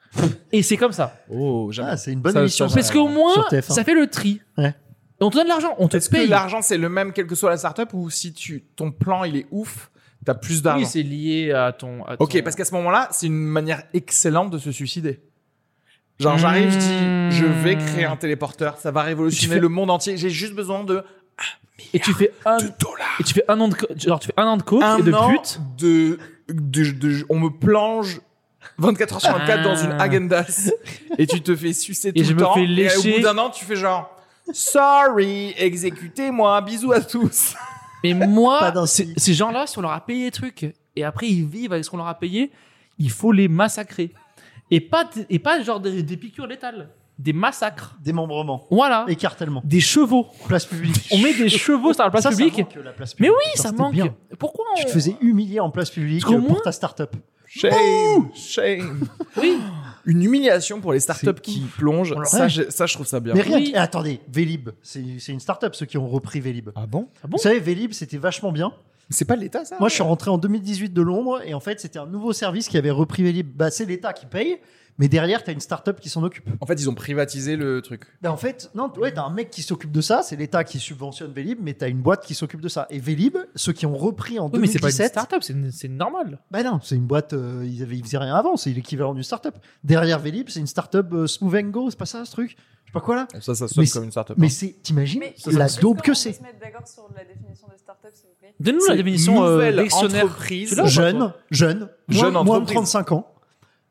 Et c'est comme ça.
Oh, j'aime.
Ah, c'est une bonne
Ça,
émission.
ça,
ça.
Parce qu'au moins,
Sur TF1.
ça fait le tri.
Ouais.
Et on te donne de l'argent, on te
Est-ce que
paye.
l'argent c'est le même quel que soit la startup ou si tu ton plan il est ouf, t'as plus d'argent.
Oui, c'est lié à ton. à
ok,
ton-
parce qu'à ce moment-là, c'est une manière excellente de se suicider. Genre j'arrive, je dis je vais créer un téléporteur, ça va révolutionner
fais-
le monde entier. J'ai juste besoin de
Et tu fais un,
2 dollars.
et tu fais un an de, co- genre tu fais un an de coke
Un
et de
an
pute.
de, de- de- on me plonge 24 h sur 24 dans une
Ah.
agendas et tu te fais sucer tout
je
le
me
temps
fais
et au
lécher.
bout d'un an, tu fais genre sorry, exécutez-moi, bisous à tous.
Mais
Pas
moi,
d'un
ces,
sou.
ces gens-là, si on leur a payé des trucs et après ils vivent avec ce qu'on leur a payé, il faut les massacrer. Et pas, t- et pas genre des, des piqûres létales, des massacres.
Démembrement,
Voilà.
écartèlement,
Des chevaux.
place publique.
On met des chevaux sur la place
Ça, ça
publique.
manque, la place
Mais
publique.
oui,
Putain,
ça
c'était
manque.
bien.
Pourquoi on...
Tu te faisais humilier en place publique
Parce qu'au
euh,
moins-
pour ta start-up.
Shame, shame.
Oui.
Une humiliation pour les startups
C'est
qui plongent.
On leur-
Ça,
Ouais.
j'ai- ça, je trouve ça bien.
Mais rien.
Oui.
que- Eh, Attendez, Vélib, c'est c'est une start-up ceux qui ont repris Vélib.
Ah bon
Ah bon
Vous savez, Vélib, c'était vachement bien.
C'est pas l'État, ça
Moi, je suis rentré en 2018 de Londres et en fait, c'était un nouveau service qui avait repris Vélib. Bah, c'est l'État qui paye, mais derrière, t'as une start-up qui s'en occupe.
En fait, ils ont privatisé le truc.
Bah, en fait, non, ouais, t'as un mec qui s'occupe de ça, c'est l'État qui subventionne Vélib, mais t'as une boîte qui s'occupe de ça. Et Vélib, ceux qui ont repris en
Oui, mais c'est pas une
2017,
start-up, c'est une- c'est normal.
bah non, c'est une boîte, euh, ils, avaient, ils faisaient rien avant, c'est l'équivalent d'une start-up. Derrière Vélib, c'est une start-up euh, Smooth and Go, c'est pas ça ce truc Je sais pas quoi là
Ça, ça sonne
Mais
comme une startup.
Mais
hein.
c'est, t'imagines
Mais
la
est-ce
daube
qu'on
que
peut
c'est
se mettre d'accord sur la définition de start-up, s'il vous plaît
Donne-nous
C'est
la définition euh,
nouvelle
dictionnaire.
entreprise.
Tu l'as ou pas,
Jeune,
toi
jeune,
Jeune
moins, moins de
entreprise.
35 ans,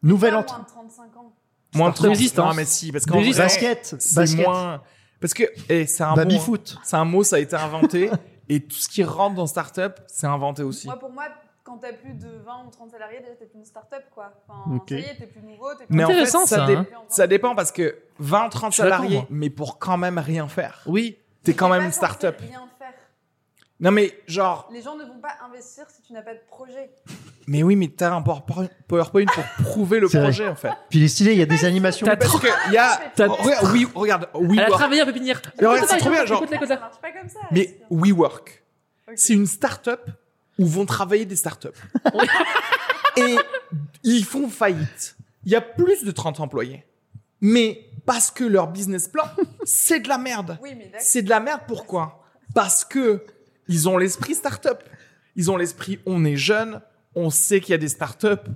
nouvelle
Pas
entre-
moins de 35 ans.
Moins de
Start-up
30.
existence.
Non, mais si, parce qu'en
Des
vrai,
existences.
basket,
c'est
basket, Bah,
moins... Parce que eh, c'est un, mot, hein.
baby-foot.
C'est un mot, ça a été inventé. et tout ce qui rentre dans startup, c'est inventé aussi.
Moi, pour moi, quand t'as plus de 20 ou 30 salariés, déjà, t'es plus une start-up, quoi. Enfin,
Ok.
ça y est, t'es plus nouveau, t'es plus...
Mais en fait,
Intéressant,
ça,
ça,
dé-
hein.
ça dépend parce que 20, 30
Je suis d'accord,
salariés,
moi. Oh.
mais pour quand même rien faire.
Oui.
T'es quand
pas
même une
censé
startup.
rien faire.
Non, mais genre,
Les gens ne vont pas investir si tu n'as pas de projet.
Mais oui, mais t'as un PowerPoint PowerPoint pour prouver le
C'est vrai.
projet, en fait.
Puis les stylés, il y a des animations.
T'as-
Parce que y a...
T'as-
Regarde, oui, regarde,
Elle a
WeWork.
travaillé à pépinière.
Alors, regarde, c'est
Écoute-la,
trop bien,
écoute-la,
genre-
écoute-la,
Ça
écoute-la.
marche pas comme ça.
Mais
Sébastien.
WeWork,
Ok.
c'est une start-up où vont travailler des start-up. Et ils font faillite. Il y a plus de 30 employés. Mais parce que leur business plan, c'est de la merde.
Oui, mais d'accord.
C'est de la merde, pourquoi Parce que ils ont l'esprit start-up. Ils ont l'esprit on est jeune, on sait qu'il y a des start-up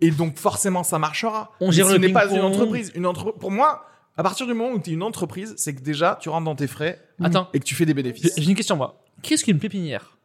et donc forcément ça marchera.
On
Mais
gère
ce
le
n'est pas
ping-pong.
une entreprise. Une entre- Pour moi, à partir du moment où tu es une entreprise, c'est que déjà tu rentres dans tes frais
Attends,
et que tu fais des
j'ai
bénéfices.
j'ai une question, moi. Qu'est-ce qu'une pépinière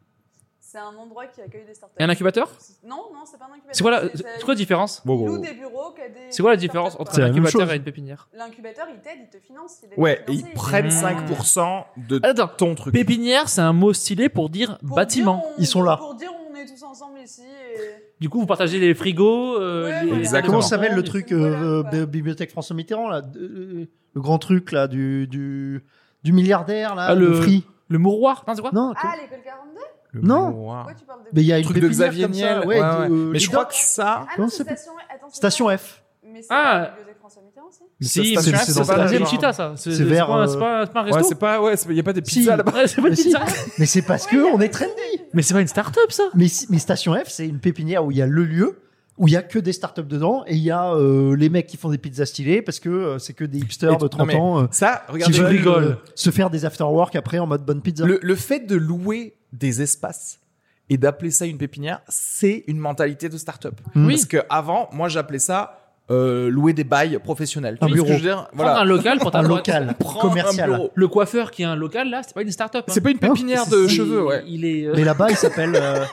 C'est un endroit qui accueille des startups.
Et un incubateur
Non, non, c'est pas un incubateur.
C'est quoi la, c'est
c'est-
quoi la différence
Wow,
Il
wow,
loue
wow.
des bureaux qui a des.
C'est quoi la
startups,
différence
quoi.
entre un
la même
incubateur
chose.
et une pépinière
L'incubateur, il t'aide, il te finance. il est
Ouais, et
financé,
ils
il
prennent
Mmh.
est-
Mmh.
5% de
Euh,
Attends,
ton truc.
pépinière, c'est un mot stylé pour dire
Pour
bâtiment.
dire, on-
Ils sont là.
Pour dire on est tous ensemble ici. Et...
Du coup, vous partagez les frigos. euh,
Ouais,
les-
voilà.
Exactement.
Comment ça s'appelle le truc euh,
Voilà,
euh,
quoi.
bibliothèque François Mitterrand là, de- euh, le grand truc là du du, du milliardaire là,
Ah,
le...
le-
free.
Le mouroir, non, c'est quoi
Non,
Ah, l'école 42
Le
Non.
miroir.
Ah.
Pourquoi tu parles de.
mais il y a une
Truc de
pépinière
Xavier
comme ça,
Niel.
ouais,
ouais,
de-
ouais.
euh,
Mais je
Lidoc.
crois que ça.
Ah
Comment
non,
ça
c'est
s'appelle
station. Attends, c'est pas-
Station F.
Mais c'est
Ah.
ah. la bibliothèque François Mitterrand, si
Si,
Ça,
mais
c'est-
c'est
c'est
dans
pas
la
le
C'est
zone
le
genre.
Chita, ça. C'est
C'est
c'est
vers,
pas,
euh,
c'est pas, c'est pas un
Ouais,
resto.
c'est pas, ouais, c'est- il y a pas des
Si.
pizzas là-bas.
Ouais, c'est pas une
Mais si.
pizza.
Mais c'est parce que on est trendy.
Mais c'est pas une start-up, ça.
Mais, si- mais Station F, c'est une pépinière où il y a le lieu, où il y a que des startups dedans, et il y a euh, les mecs qui font des pizzas stylées, parce que euh, c'est que des hipsters
Et-
de
non,
30
mais-
ans euh,
Ça,
qui
regardez,
veulent
le-
rigoles.
euh, se faire des after-work après en mode bonne pizza.
Le, le fait de louer des espaces et d'appeler ça une pépinière, c'est une mentalité de start-up.
Mm.
Parce que avant, moi, j'appelais ça euh, louer des bails professionnels.
Un
Tu vois ce que
bureau.
je veux dire
Prendre
Voilà.
un local pour ta
Un
boîte.
local
Prends un
commercial.
bureau.
Le coiffeur qui a un local, là, c'est pas une start-up. hein.
C'est pas une pépinière de
Il-
cheveux, ouais.
Il est. euh,
Mais là-bas, il s'appelle euh,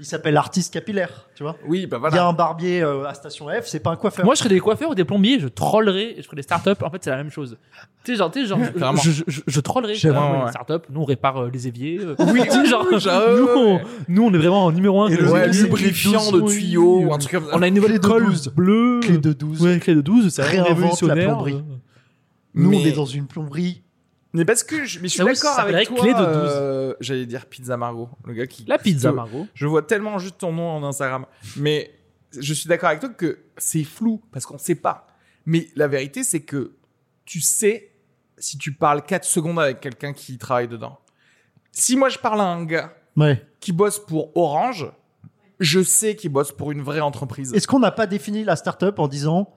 il s'appelle artiste capillaire, tu vois.
Oui, bah
Il y a
voilà.
un barbier euh, à Station F, c'est pas un coiffeur.
Moi, je serais des coiffeurs ou des plombiers, je trollerais, et je ferais des startups. En fait, c'est la même chose. Tu sais, genre, tu sais, genre,
Clairement.
je, je, je, je trollerais.
J'avoue,
Ah, oui,
ouais.
une startup, nous, on répare euh, les éviers. euh.
Oui,
Tu sais, genre,
oui, genre,
nous,
ouais,
on,
ouais.
nous, on est vraiment en numéro un.
Et
que
le
les
Ouais,
clé
éviers.
lubrifiant de tuyaux ou un truc comme ça.
On a une
Clé
nouvelle
de
colle
12.
bleue.
clé de 12.
Ouais, clé de 12, c'est
Réinvente la
révolutionnaire.
plomberie. Nous, on
Mais,
est dans une plomberie.
mais parce que je, mais je suis
Ah oui, ça
d'accord avec toi.
s'appellerait clé de douze.
euh, J'allais dire Pizza Margot, le gars qui.
La pizza,
je-
Margot.
Je vois tellement juste ton nom en Instagram. Mais je suis d'accord avec toi que c'est flou parce qu'on sait pas. Mais la vérité, c'est que tu sais si tu parles 4 secondes avec quelqu'un qui travaille dedans. Si moi je parle à un gars
Ouais.
qui bosse pour Orange, je sais qu'il bosse pour une vraie entreprise.
Est-ce qu'on n'a pas défini la startup en disant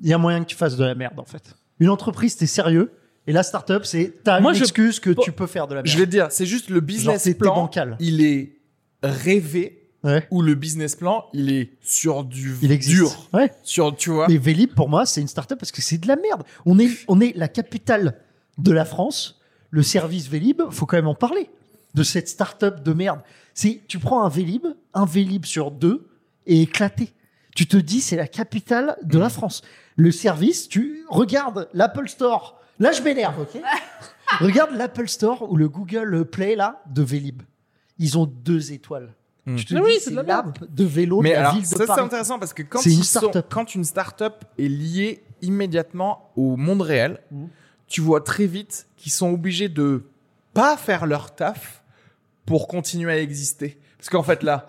il y a moyen que tu fasses de la merde en fait Une entreprise, t'es sérieux, et la startup, c'est t'as
Moi,
une
je-
excuse que
Bon,
tu peux faire de la merde.
Je vais te dire, c'est juste le
Genre,
business
c'est
plan,
bancal.
il est rêvé
Ouais.
ou le business plan, il est sur du
Il existe.
dur,
Ouais.
sur tu vois.
Mais Vélib, pour moi, c'est une startup parce que c'est de la merde. On est, on est la capitale de la France. Le service Vélib, faut quand même en parler de cette startup de merde. C'est, tu prends un Vélib, un Vélib sur deux et éclaté. Tu te dis, c'est la capitale de la France. Le service, tu regardes l'Apple Store. Là, je m'énerve, ok Regarde l'Apple Store ou le Google Play là de Vélib. Ils ont deux étoiles.
Mm.
Tu te
Ah
dis,
oui,
c'est
c'est de la
l'app de vélo
Mais
de la
alors,
ville de
ça c'est
Paris.
intéressant parce que quand,
C'est une
ils sont-
start-up.
quand une start-up est liée immédiatement au monde réel,
Mhm.
tu vois très vite qu'ils sont obligés de pas faire leur taf pour continuer à exister. Parce qu'en fait là,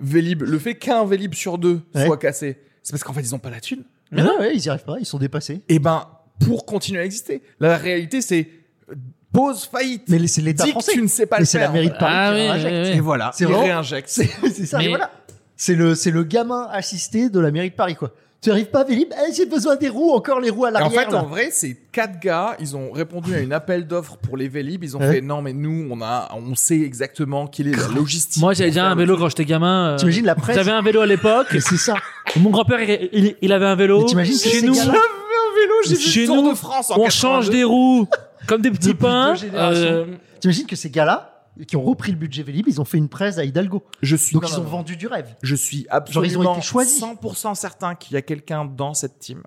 Vélib, le fait qu'un Vélib sur deux
Ouais.
soit cassé, c'est parce qu'en fait ils ont pas la thune.
Mais non, ouais, ils y arrivent pas, ils sont dépassés.
Et ben pour continuer à exister, la réalité c'est euh, pose faillite.
Mais c'est l'État
Dis que
français.
tu ne sais pas
Mais
le
c'est la
faire.
mairie de Paris
Ah
qui
oui,
réinjecte.
oui,
Et voilà,
C'est
ils
vraiment-
réinjectent.
C'est c'est ça,
Mais-
et voilà. C'est le, c'est le gamin assisté de la mairie de Paris, quoi. Tu arrives pas, Vélib Eh, J'ai besoin des roues, encore les roues
Et
à
En
l'arrière.
fait,
là.
en vrai, c'est quatre gars. Ils ont répondu à une appel d'offres pour les Vélib. Ils ont
Ouais.
fait non, mais nous, on a, on sait exactement quelle est la logistique.
Moi, j'avais
pour
déjà
faire
un
le
vélo quand j'étais gamin. euh,
T'imagines la presse
J'avais un vélo à l'époque.
Et c'est ça.
Mon grand-père, il, il- il avait un
Mais
vélo.
t'imagines que
Chez
ces
nous,
gars-là,
truc. Un vélo. J'ai vu
Chez
le Tour
nous,
de France. En
on change
82.
des roues comme des petits
Depuis
pains.
deux générations.
Euh,
t'imagines que ces gars-là, qui ont repris le budget Vélib, ils ont fait une presse à Hidalgo.
Je suis.
Donc
non,
ils
non,
ont
non.
vendu du rêve.
Je suis
Genre, ils ont
absolument
été choisis.
100% certain qu'il y a quelqu'un dans cette team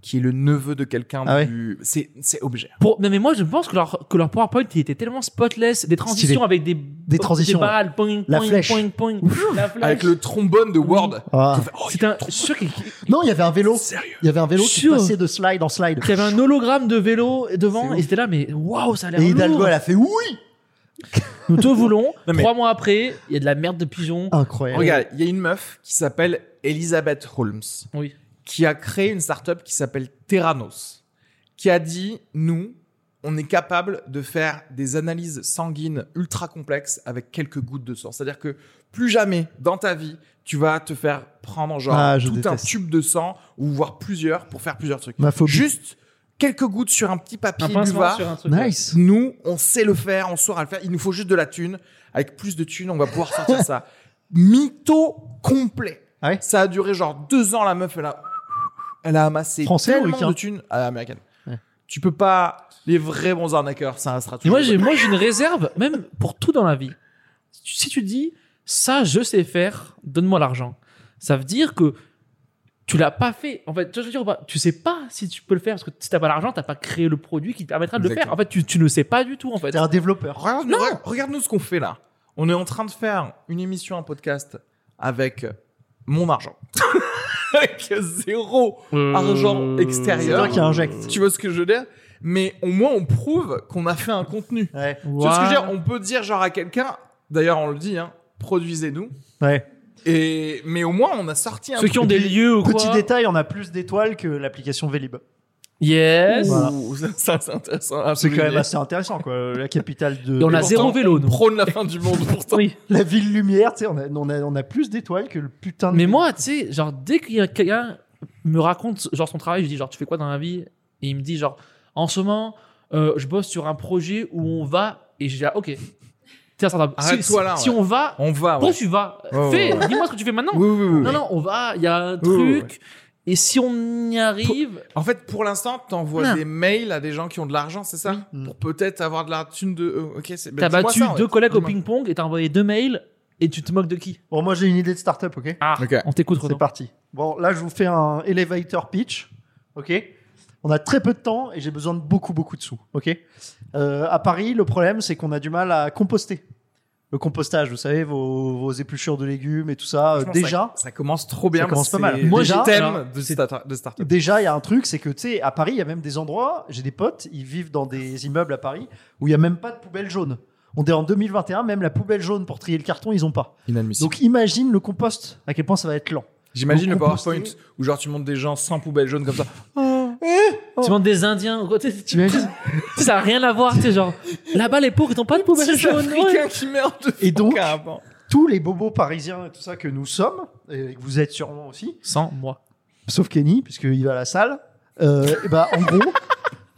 qui est le neveu de quelqu'un
Ah ouais.
du. C'est, c'est objet.
pour- mais, mais moi, je pense que leur, que leur PowerPoint il était tellement spotless, des transitions
Stylé.
avec des,
transitions,
des balles, poing,
La
poing,
flèche.
poing, poing. La flèche.
Avec le trombone de Word.
Ah.
Oh,
C'est un. Je suis sûr qu'il
Non, il y avait un vélo.
Sérieux.
Il y avait un vélo qui
Sûr.
passait de slide en slide.
qu'il y avait un hologramme de vélo
C'est
devant
ouf.
et c'était là, mais waouh, ça a l'air.
Et Hidalgo,
lourd.
elle a fait oui
Nous te voulons.
Non, mais-
Trois mois après, il y a de la merde de pigeons.
Incroyable.
Regarde, il y a une meuf qui s'appelle Elizabeth Holmes.
Oui.
Qui a créé une startup qui s'appelle Terranos. Qui a dit, nous, on est capable de faire des analyses sanguines ultra complexes avec quelques gouttes de sang. C'est-à-dire que plus jamais dans ta vie, tu vas te faire prendre genre
Ah, je
tout un
déteste.
tube de sang ou voire plusieurs pour faire plusieurs trucs.
Ma phobie.
Juste quelques gouttes sur un petit papier
Un pincement
buvard.
sur un truc.
Nice.
Nous, on sait le faire, on saura le faire. Il nous faut juste de la thune. Avec plus de thune, on va pouvoir sortir ça. Mytho complet.
Ah ouais
ça a duré genre deux ans, la meuf, elle a, elle a amassé
Français ou
tellement
américain
de thunes à l'américaine.
Ouais.
Tu peux pas... Les vrais bons arnaqueurs, ça restera
Et
toujours...
moi, j'ai, moi, j'ai une réserve, même pour tout dans la vie. Si tu- Si tu dis, ça, je sais faire, donne-moi l'argent. Ça veut dire que tu l'as pas fait. En fait, tu vois ce que je veux dire ou pas tu sais pas si tu peux le faire parce que si t'as pas l'argent, t'as pas créé le produit qui te permettra de le
Exactement.
faire. En fait, tu, tu ne sais pas du tout, en fait.
T'es un développeur.
Regarde- regarde- Regarde-nous ce qu'on fait là. On est en train de faire une émission, un podcast avec mon argent. avec zéro argent
C'est
extérieur.
toi qui injecte.
Tu vois ce que je veux dire Mais au moins, on prouve qu'on a fait un contenu.
Ouais.
Tu vois ce que je veux dire On peut dire genre à quelqu'un, d'ailleurs on le dit, hein, produisez-nous.
Ouais.
Et mais au moins on a sorti un
Ceux qui ont
truc.
des lieux ou
Petit
quoi.
détail, on a plus d'étoiles que l'application Vélib.
Yes.
Voilà.
Ouh, ça, ça, c'est intéressant. à
C'est quand
souligner.
même assez intéressant, quoi. La capitale de.
Et on a
Pourtant,
zéro vélo, nous.
Prône la fin du monde pourtant.
Oui.
La ville lumière, tu sais, on a, on, a, on a plus d'étoiles que le putain de.
Mais moi, tu sais, genre, dès qu'il y a quelqu'un me raconte genre son travail, je dis genre, tu fais quoi dans la vie Et il me dit genre, en ce moment, euh, je bosse sur un projet où on va. Et j'ai dit, ah, ok. Tiens, ça si, si,
Arrête-toi là,
si
ouais.
on va,
On va.
pourquoi
ouais.
tu vas
Ouais,
Fais,
ouais, ouais.
dis-moi ce que tu fais maintenant.
Oui, oui, oui, oui.
Non, non, on va, il y a un
Oui, oui,
truc. Et si on y arrive,
En fait, pour l'instant, t'envoies
Non.
des mails à des gens qui ont de l'argent, c'est ça
Oui.
Pour peut-être avoir de la thune de. euh, ok, c'est. ben,
t'as
dis-moi
battu
ça, ouais.
deux collègues au
Dis-moi.
ping-pong et t'as envoyé deux mails et tu te moques de qui
Bon, moi, j'ai une idée de startup, ok
Ah,
Ok.
on t'écoute,
C'est
Renaud.
parti. Bon, là, je vous fais un elevator pitch, ok On a très peu de temps et j'ai besoin de beaucoup, beaucoup de sous, ok Euh, À Paris, le problème, c'est qu'on a du mal à composter. Le compostage, vous savez, vos, vos épluchures de légumes et tout ça. euh,
Franchement, ça-
déjà,
ça, commence trop bien.
ça commence
c'est
pas mal.
Moi,
Déjà,
alors,
thème de,
c'est-
start- de start-up.
Déjà, il y a un truc, c'est que tu sais, à Paris, il y a même des endroits, j'ai des potes, ils vivent dans des immeubles à Paris où il y a même pas de poubelle jaune. On est en 2021, même la poubelle jaune pour trier le carton, ils ont pas.
Inadmissible.
Donc imagine le compost, à quel point ça va être lent.
J'imagine le
donc, on
PowerPoint
poste-
où genre tu montes des gens sans poubelle jaune comme ça.
Tu demandes des Indiens, ou quoi, tu sais, tu- tu sais, ça n'a rien à voir, tu sais, genre, là-bas, les pauvres, ils n'ont pas de poubelle
C'est
jaune. ouais.
africain qui meurt de
Et donc,
carrément.
tous les bobos parisiens et tout ça que nous sommes, et que vous êtes sûrement aussi,
Sans moi.
sauf Kenny, puisqu'il va à la salle, euh, et bah, en gros,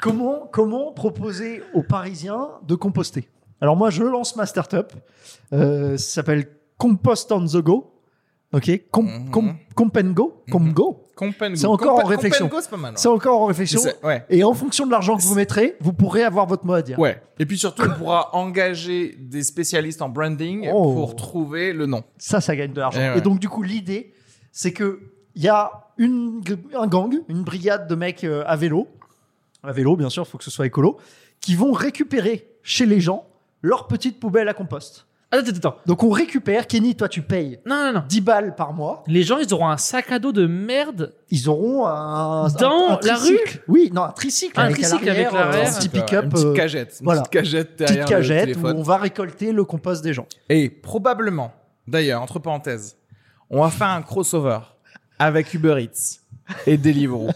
comment, comment proposer aux Parisiens de composter Alors moi, je lance ma start-up, euh, ça s'appelle Compost on the Go, ok Com
Mhm.
com- comp and go, com
Mhm.
go.
Compengo.
C'est encore en
Compen-
réflexion.
Compengo, c'est pas mal. ouais.
C'est encore en réflexion.
C'est- Ouais.
Et en fonction de l'argent que vous mettrez, vous pourrez avoir votre mot à dire.
Ouais. Et puis surtout, on pourra engager des spécialistes en branding
Oh.
pour trouver le nom.
Ça, ça gagne de l'argent.
Eh
Et,
ouais.
donc, du coup, l'idée, c'est que il y a une, gr- un gang, une brigade de mecs euh, à vélo, à vélo, bien sûr, il faut que ce soit écolo, qui vont récupérer chez les gens leur petite poubelle à compost.
Attends, attends, attends.
Donc, on récupère. Kenny, toi, tu payes
Non, non, non.
10 balles par mois.
Les gens, ils auront un sac à dos de merde.
Ils auront un. un-
Dans
un
la
tricycle. Oui, non, un tricycle.
Un
avec à
tricycle
l'arrière,
avec l'arrière.
euh, Un petit
Une
pick-up.
petite
euh,
cagette. Une
voilà.
petite cagette derrière
Petite
le
cagette où
téléphone.
on va récolter le compost des gens.
Et probablement, d'ailleurs, entre parenthèses, on va faire un crossover avec Uber Eats et Deliveroo.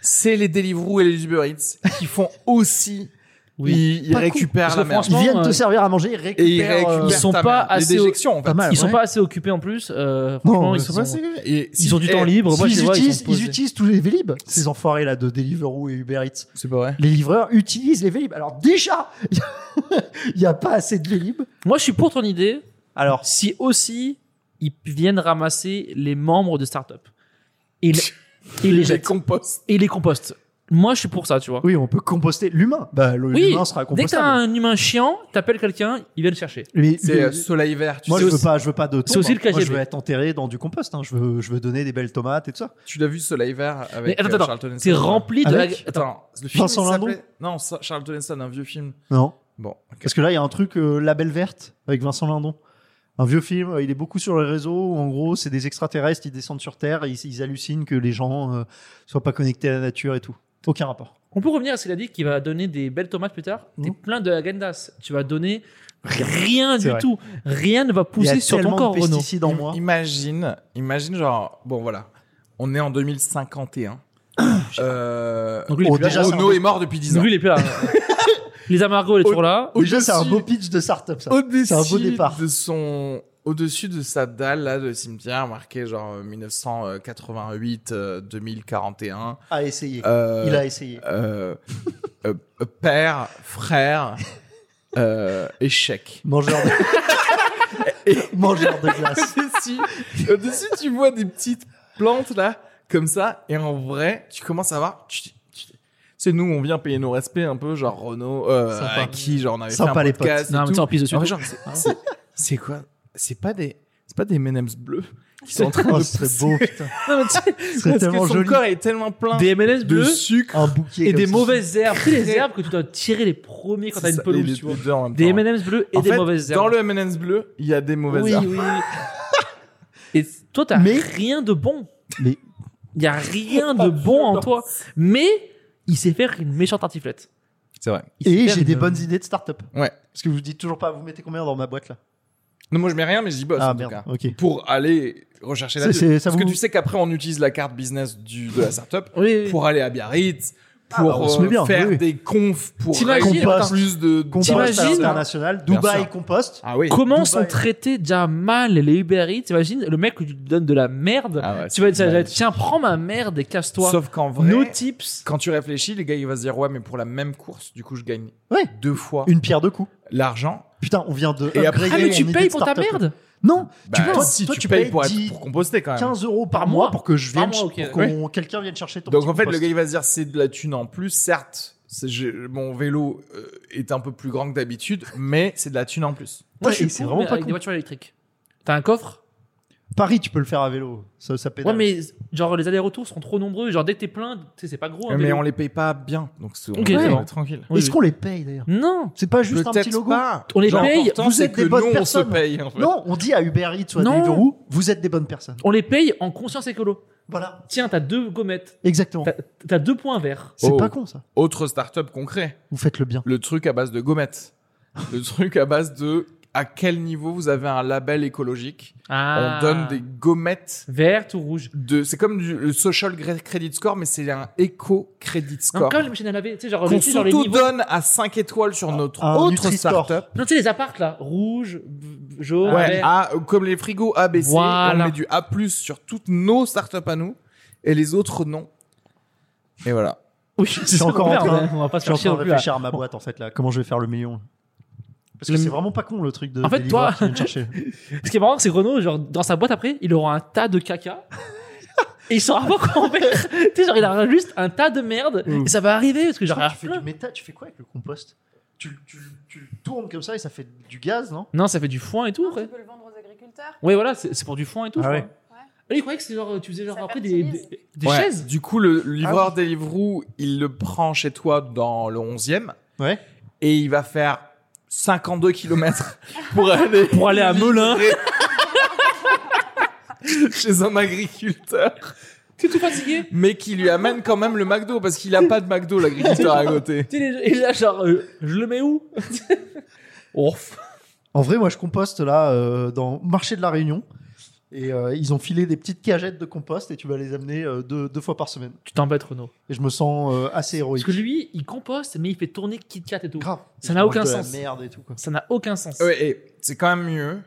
C'est les Deliveroo et les Uber Eats qui font aussi,
Oui.
ils, ils
Pas cool.
récupèrent
Parce
la
que
merde.
Ils
Franchement,
viennent te
euh,
servir à manger, ils
Et ils
récupèrent. euh,
récupèrent
ils sont
ta
pas
merde. les
assez au-
déjections, en fait.
pas mal.
Ils sont
ouais.
pas assez occupés en plus. euh,
Non,
franchement,
ouais,
Ils
ils sont
sont
pas-
pas assez- et si-
Ils ont du
eh,
temps libre. Moi,
S'ils
je les vois, ils
utilisent,
sont
ils
posés.
utilisés. utilisent tous les Vélib, ces enfoirés là de Deliveroo et Uber Eats.
C'est pas vrai.
Les livreurs utilisent les Vélib. Alors déjà, il n'y a pas assez de Vélib.
Moi, je suis pour ton idée.
Alors,
Si aussi, ils viennent ramasser les membres de start-up. Et les- et les
Les
jettent.
composts.
Et les compostent. Moi, je suis pour ça, tu vois.
oui, on peut composter l'humain. Bah, le-
Oui,
l'humain sera
Dès que t'as
compostable.
un humain chiant, t'appelles quelqu'un, il vient le chercher.
Mais-
C'est
mais-
euh, soleil vert. Tu,
moi,
sais
je veux
aussi-
pas, je veux pas de.
c'est
tombe,
aussi le
hein. Moi, je
KGB.
veux être enterré dans du compost. hein. Je veux, je veux donner des belles tomates et tout ça.
tu l'as vu, soleil vert avec
Mais attends,
euh,
attends,
Charlton Heston. euh,
C'est rempli de.
Avec-
la- Attends,
Attends, le film il
Vincent Lindon
s'appelait- Non, ça- Charlton Heston, un vieux film.
Non,
Bon, ok.
parce que là, il y a un truc euh, Label verte avec Vincent Lindon. Un vieux film, euh, il est beaucoup sur les réseaux. où, En gros, c'est des extraterrestres, ils descendent sur Terre, et ils, ils hallucinent que les gens euh, soient pas connectés à la nature et tout. Aucun rapport.
On peut revenir à ce qu'il a dit qu'il va donner des belles tomates plus tard. T'es
Mhm.
plein de agendas. Tu vas donner rien
C'est
du
vrai.
tout. Rien ne va
Il y
pousser
a
sur ton
tellement
corps,
de
Renaud.
pesticides en moi.
Imagine, imagine genre, bon voilà, on est en 2051. euh,
Donc lui, il
Oh,
est plus
déjà,
là.
c'est un
Renault est mort depuis 10
Donc
ans.
lui, il est plus là. hein. les amargots, il est toujours là.
Déjà, c'est un
Au-dessus-
beau pitch de start-up, ça.
Au-dessus
C'est un beau départ.
de son, au-dessus de sa dalle là de cimetière marqué genre euh, 1988 euh, 2041.
À essayer.
euh,
Il a essayé.
euh, euh, euh, père, frère, euh, échec.
Mangeur de... Mangeur de glace.
Au-dessus, au-dessus, tu vois des petites plantes là, comme ça, et en vrai, tu commences à voir. tu- tu- tu- C'est nous, on vient payer nos respects un peu, genre Renault, euh,
Sympa.
à qui, genre on avait
Sympa,
fait un
les
podcast. et
Non, mais
tout.
ça, on pisse dessus.
En vrai, genre, c'est- c'est- c'est quoi C'est pas des, c'est pas des M&M's bleus qui sont en train
Oh,
de
ce
pousser.
serait beau, putain.
Non, mais tu sais,
Ce serait
parce que
tellement
son
joli.
corps est tellement plein
Des MLS
de
bleus
sucre.
Un bouquet.
et
comme
des
ça.
mauvaises herbes. Tu sais, les
Très-
herbes que tu dois tirer les premiers quand t'as
C'est
une
ça,
pelouse,
les-
tu vois.
les deux en même
Des
temps.
M&M's bleus et
En
des
fait,
mauvaises herbes.
Dans le M&M's bleu, il y a des mauvaises
Oui,
herbes.
oui, oui. Et toi, t'as
Mais-
rien de bon.
Mais-
Il y a rien de bon en toi. Mais il sait faire une méchante tartiflette.
C'est vrai.
Il sait
Et
faire
j'ai des
une-
bonnes idées de start-up.
Ouais.
Parce que vous dites toujours pas, vous mettez combien dans ma boîte là
Non, moi je mets rien, mais j'y bosse
Ah
en tout
merde,
cas.
ok.
Pour aller rechercher la
C'est- c'est- ça
Parce que
vous-
tu sais qu'après, on utilise la carte business du, de la startup
Oui, oui.
pour aller à Biarritz,
Ah, bah,
pour
on se met
euh,
bien,
faire
oui, oui.
des confs, pour
T'imagines-
récolter
Compost.
plus de...
Compost
T'imagines-
à l'international,
Bien
Dubaï
sûr.
compost.
Ah oui.
Comment
Dubaï.
sont traités déjà mal les Uber Eats T'imagines le mec où tu lui donnes de la merde.
Ah ouais,
tu vas
c'est
dire
mal.
tiens prends ma merde et casse-toi.
Sauf qu'en vrai,
No tips.
quand tu réfléchis, les gars, ils vont se dire, ouais, mais pour la même course, du coup, je gagne
Ouais.
deux fois
Une pierre deux coups.
l'argent.
Putain, on vient de.
Et après-
Ah
upgrader
mais tu
mon idée
payes
de
pour ta
start-up.
merde.
Non,
Bah,
vois,
si
toi,
tu,
tu
payes
payes
pour, être-
10,
pour composter quand même.
15 euros par
Par
mois
mois.
pour que je vienne,
Par mois, Ah, ok,
pour qu'on- quelqu'un vienne chercher ton
Donc
petit
en fait,
compost.
le gars, il va se dire, c'est de la thune en plus. Certes, c'est- j'ai- mon vélo euh, est un peu plus grand que d'habitude, mais c'est de la thune en plus.
Moi
Ouais,
je suis
et c'est
pour,
vraiment
mais
pas
avec
con.
des voitures électriques. T'as un coffre
Paris, tu peux le faire à vélo. Ça, ça pédale.
Ouais mais genre les allers-retours seront trop nombreux. Genre dès que t'es plein, tu sais, c'est pas gros. un
Euh, mais
vélo.
on les paye pas bien, donc c'est on
Ok,
est
c'est bon.
tranquille.
Oui,
Est-ce
oui.
qu'on les paye d'ailleurs
Non.
C'est pas juste un
Peut-être
petit logo
pas.
On les paye,
L'important,
vous
c'est
êtes
que
des bonnes
nous, on se
personnes.
paye. en fait.
Non, on dit à Uber Eats ou à
Non.
Deliveroo, vous êtes des bonnes personnes.
On les paye en conscience écolo.
Voilà,
Tiens t'as deux gommettes.
exactement.
T'as- T'as deux points verts.
C'est
Oh.
pas con ça.
Autre start-up concret,
Vous faites le bien.
le truc à base de gommettes. Le truc à base de à quel niveau vous avez un label écologique.
Ah.
On donne des gommettes
Verte ou rouge
de. C'est comme du le social gre- credit score, mais c'est un éco credit
Non,
score.
comme les machines à laver, tu sais, genre,
Qu'on
tu sais, genre les niveaux.
s'auto-donne à 5 étoiles sur notre
un
autre
Nutri-Score.
startup.
Non, tu sais, les apparts là, rouge, b- jaune,
Ouais, Ah,
vert.
A- comme les frigos ABC,
Voilà.
on met du A+, sur toutes nos startups à nous, et les autres, non. Et voilà.
Oui, c'est
encore en
merde,
train-
On va pas se
Je
faire
suis
chier
en
non
train de
plus, là.
réfléchir à ma boîte en fait là. Comment je vais faire le million Parce que
Le-
c'est vraiment pas con le truc de.
En fait,
des
toi-
livreurs qui viennent chercher.
hein. Ce qui est marrant, c'est que Renaud, genre, dans sa boîte après, il aura un tas de caca. et il saura pas
Ah.
quoi en faire. tu sais, genre, il aura juste un tas de merde.
Mm.
Et ça va arriver, parce que genre,
tu fais du méta, tu fais quoi avec le compost tu, tu, tu le tournes comme ça et ça fait du gaz, non
Non, ça fait du foin et tout,
Non, tu
ouais.
peux le vendre aux agriculteurs.
Ouais, voilà, c'est c'est pour du foin et tout,
Ah
je
ouais.
crois. Ah, il croyait que c'est genre, tu faisais genre
Ça
après des, des,
fertilise.
des
Ouais.
chaises.
Du coup,
Ah
le livreur Deliveroo, il le prend chez toi dans le 11e,
Ouais.
et il va faire 52 km pour aller
Pour aller à Melun.
chez un agriculteur,
T'es tout fatigué.
mais qui lui amène quand même le McDo, parce qu'il a pas de McDo, l'agriculteur à côté.
Tu sais, les- Et là, genre, euh, je le mets où Ouf.
En vrai, moi, je composte là euh, dans le marché de la Réunion. Et euh, ils ont filé des petites cagettes de compost et tu vas les amener euh, deux, deux fois par semaine.
Tu t'embêtes, Renaud.
Et je me sens euh, assez héroïque.
Parce que lui, il composte, mais il fait tourner Kit Kat et tout.
Grave.
Ça n'a
Je mange
aucun
de la
sens.
merde et tout quoi.
Ça n'a aucun sens.
Ah Ouais, et c'est quand même mieux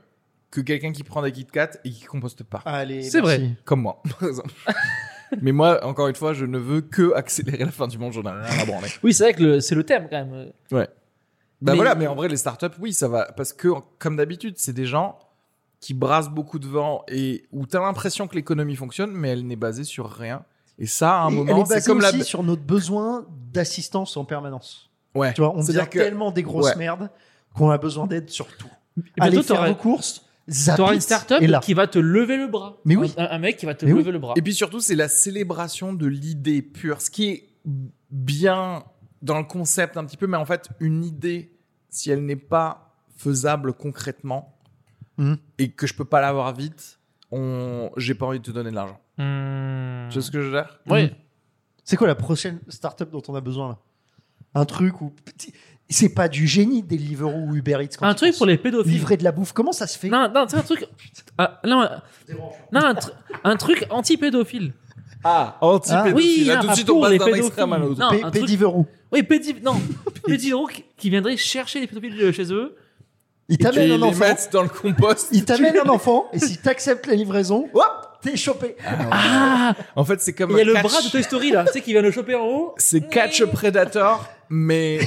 que quelqu'un qui prend des Kit Kat et qui composte pas.
Allez.
C'est
merci.
vrai.
Comme moi, par exemple. Ah. Mais moi, encore une fois, je ne veux que accélérer la fin du monde, j'en ai rien à branler.
Oui, c'est vrai que le- c'est le thème quand même.
Bah
Mais-
voilà, mais en vrai, les startups, oui, ça va. Parce que, comme d'habitude, c'est des gens qui brassent beaucoup de vent et où t'as l'impression que l'économie fonctionne, mais elle n'est basée sur rien. Et ça, à un
Et elle
moment,
est
c'est
basée
comme
aussi
la.
sur notre besoin d'assistance en permanence.
Ouais.
Tu vois, on
C'est-à-dire
devient
que-
tellement des grosses
ouais.
merdes qu'on a besoin d'aide sur tout.
Et ben,
Allez
bientôt,
faire
t'auras-
vos courses, zapper
t'auras une startup
et là.
qui va te lever le bras.
Mais oui.
Un, un mec qui va te
Mais oui.
lever le bras.
Et puis surtout, c'est la célébration de l'idée pure. Ce qui est bien dans le concept un petit peu, mais en fait, une idée, si elle n'est pas faisable concrètement
Mhm.
et que je peux pas l'avoir vite, on... j'ai pas envie de te donner de l'argent.
Mmh.
Tu sais ce que je veux dire
Ouais.
Mmh. C'est quoi la prochaine startup dont on a besoin là Un truc où petit- c'est pas du génie Deliveroo ou Uber Eats. quand
Un
tu
truc
penses.
pour les pédophiles.
livrer de la bouffe. Comment ça se fait
Non, non, c'est un truc. Ah, non, un- non, un, tr- un truc anti-pédophile.
Ah, anti-pédophile.
oui,
Là,
non,
tout de
pas
suite,
pour
on passe
les
d'un
pédophiles.
extrême à l'autre.
Non,
Pay-
un
Pay
truc-
Deliveroo.
Oui, pédi... non, pédiro qui- qui viendrait chercher les pédophiles de chez eux.
Il
Et
t'amène
ils
un
les
enfant.
mettent dans le compost.
Il t'amène un enfant et si t'acceptes la livraison, hop, t'es chopé.
Ah
En fait, c'est comme
Il y a le
Catch-
bras de Toy Story là, tu sais, qui vient le choper en haut.
C'est Catch Predator, mais.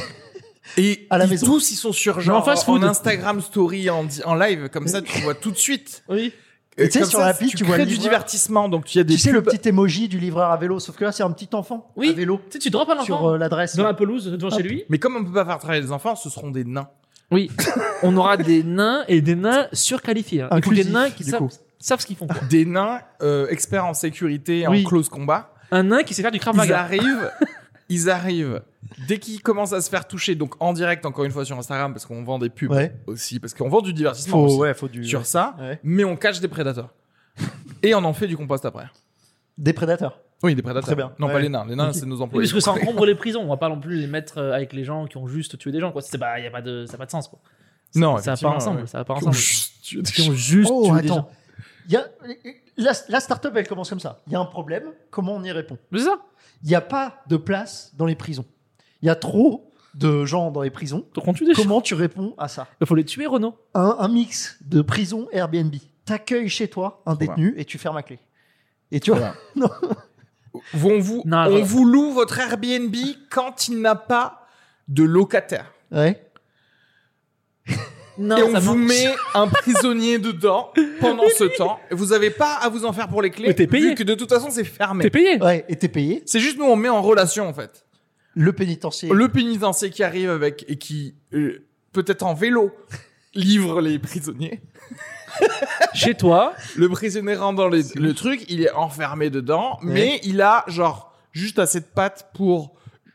Et
À la
ils
maison.
tous, ils sont sur
Mais en
genre en,
fast-food.
Instagram story, en, di- en live, comme ça, tu vois tout de suite.
Oui.
Et tu sais,
comme
sur
ça,
la piste, tu vois
crées
le
du
livreur.
divertissement, donc il y a des
Tu sais le
pubs.
petit emoji du livreur à vélo, sauf que là c'est un petit enfant
Oui.
à vélo
Tu sais, tu droppes un enfant
sur euh, l'adresse.
dans la pelouse devant chez lui.
Mais comme on peut pas faire travailler les enfants, ce seront des nains.
Oui. On aura des nains et des nains surqualifiés. hein. Il faut
Inclusif,
des nains qui
du
savent,
coup.
savent ce qu'ils font. quoi.
Des nains euh, experts en sécurité, et en
Oui.
close combat.
Un nain qui sait faire du Krav
Ils
Maga.
arrivent, ils arrivent. Dès qu'ils commencent à se faire toucher, donc en direct, encore une fois sur Instagram, parce qu'on vend des pubs
Ouais.
aussi, parce qu'on vend du divertissement
Faut,
aussi.
ouais, faut du.
sur ça,
Ouais.
mais on cache des prédateurs. Et on en fait du compost après.
Des prédateurs.
Oui, des prédateurs.
Très bien.
Non, pas
Ouais.
les nains. Les nains,
Ok.
c'est nos
Oui,
employés.
parce que ça encombre les prisons. On va pas non plus les mettre euh, avec les gens qui ont juste tué des gens. Quoi. C'est bah, y a pas de, ça n'a pas de sens. Quoi. Ça-
Non,
ça va pas
effectivement,
ensemble.
ouais.
Ça va pas
Qui ont
ensemble.
juste tué des
Qui
gens.
ont juste
Oh,
tué des gens.
attends. Il y a- la, la startup, elle commence comme ça. Il y a un problème. Comment on y répond
Mais c'est ça.
Il n'y a pas de place dans les prisons. Il y a trop de gens dans les prisons.
Donc on tue des gens.
Comment tu réponds à ça
Il faut les tuer, Renaud.
un, un mix de prison et Airbnb. T'accueilles chez toi un
bien.
détenu et tu fermes à clé. Et tu vois,
Vous- On, vous,
Non,
on
voilà.
vous loue votre Airbnb quand il n'a pas de locataire.
ouais.
Non,
et on
ça
vous
marche.
met un prisonnier dedans pendant ce temps. Et vous n'avez pas à vous en faire pour les clés.
Mais t'es payé.
Vu que de toute façon, c'est
T'es
fermé.
payé.
ouais, et t'es payé.
C'est juste nous, on met en relation en fait.
Le pénitencier.
Le pénitencier qui arrive avec et qui, euh, peut-être en vélo, livre les prisonniers.
Chez toi.
Le prisonnier rentre dans les- le truc, il est enfermé dedans, mais il a genre juste assez de pattes pour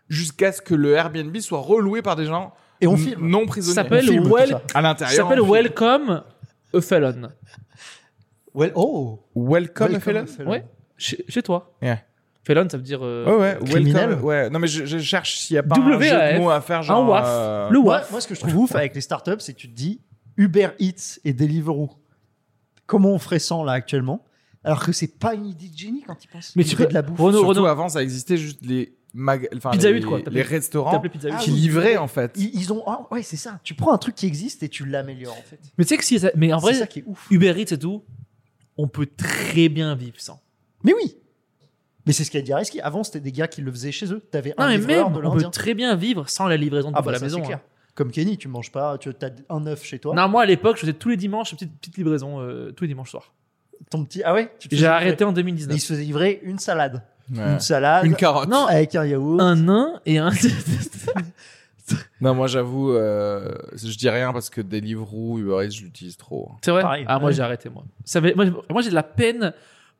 jusqu'à ce que le Airbnb soit reloué par des gens
Et on
n-
filme.
non
Ça
prisonniers.
s'appelle
filme tout
Well...
ça.
à
ça
l'intérieur.
s'appelle
on filme.
Welcome a Felon.
Well, oh.
Welcome,
Welcome,
Felon.
Felon.
Ouais. Chez, chez toi.
Ouais.
Felon, ça veut dire. euh,
Ouais, ouais,
Criminel.
welcome. Ouais, non mais je, je cherche s'il y a pas un
WAF,
jeu de mots à faire genre
waf.
euh,
Le
Moi,
WAF.
moi, ce que je trouve ouf avec les startups, c'est que tu te dis, Uber Eats et Deliveroo. Comment on ferait sans là actuellement Alors que c'est pas une idée de génie quand ils pensent.
Mais tu
Livrer
peux-
de la bouffe.
Renaud,
Surtout
Renaud,
avant, ça existait juste les mag... enfin,
Pizza
les,
Hut, quoi.
les
T'appelais- t'as
restaurants
appelé Pizza Hut.
Ah
qui
oui.
livraient en fait.
Ils, ils ont ah, ouais c'est ça. Tu prends un truc qui existe et tu l'améliores en fait.
Mais tu sais que si. ça- Mais en
c'est ça
vrai,
qui est ouf.
Uber Eats et tout, on peut très bien vivre sans.
Mais oui. Mais c'est ce qu'a dit Areski. Avant c'était des gars qui le faisaient chez eux. T'avais
Non,
un
mais
livreur
même,
de
on peut
l'Indien.
très bien vivre sans la livraison de
Ah
bouffe
bah
à la
ça,
maison.
c'est
hein.
clair. Comme Kenny, tu manges pas, tu as un œuf chez toi.
Non, moi à l'époque, je faisais tous les dimanches une petite, petite livraison, euh, tous les dimanches soirs.
Ton petit ah ouais. tu te
J'ai
faisais
arrêté en
livrer. Et
2019.
Il se faisait livrer une salade.
Ouais.
Une salade.
Une carotte.
Non,
avec un yaourt.
un nain et un.
Non, moi j'avoue, euh, je dis rien parce que Deliveroo, Uber Eats, je l'utilise trop. hein.
C'est vrai
Pareil.
Ah, moi
Ouais.
j'ai arrêté, moi. Ça fait- moi, j'ai- moi, j'ai de la peine